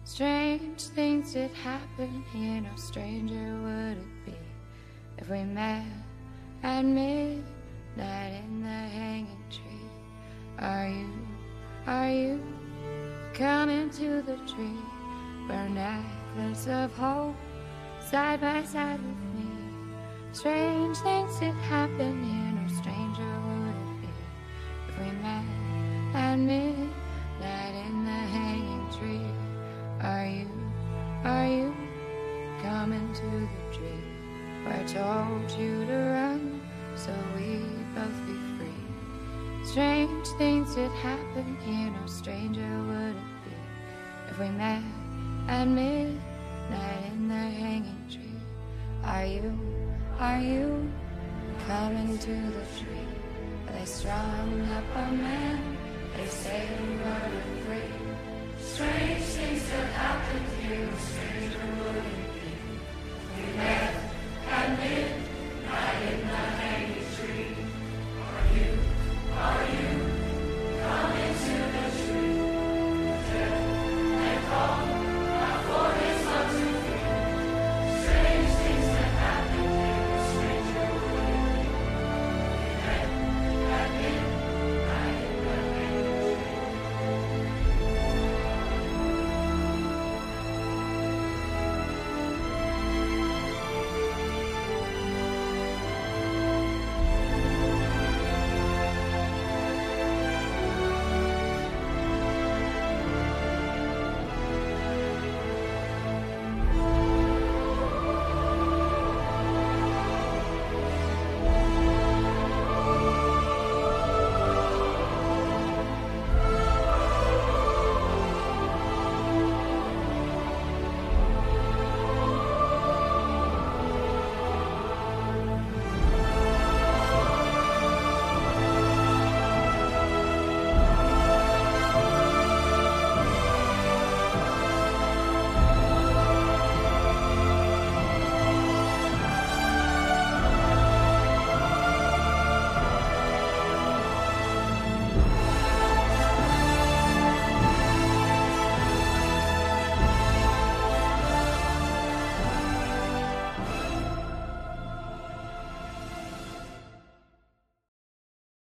Speaker 5: Strange things did happen here, no stranger would it be if we met at midnight in the hanging tree. Are you, are you coming to the tree? Where necklace of hope side by side with me. Strange things did happen here, no stranger would it be if we met at midnight in the hanging tree. Are you, are you coming to the tree where I told you to run so we both be free? Strange things did happen here, no stranger would it be if we met at midnight in the hanging tree. Are you, are you coming to the tree? Where they strung up a man, they say we were free. Strange things that happened here, no stranger would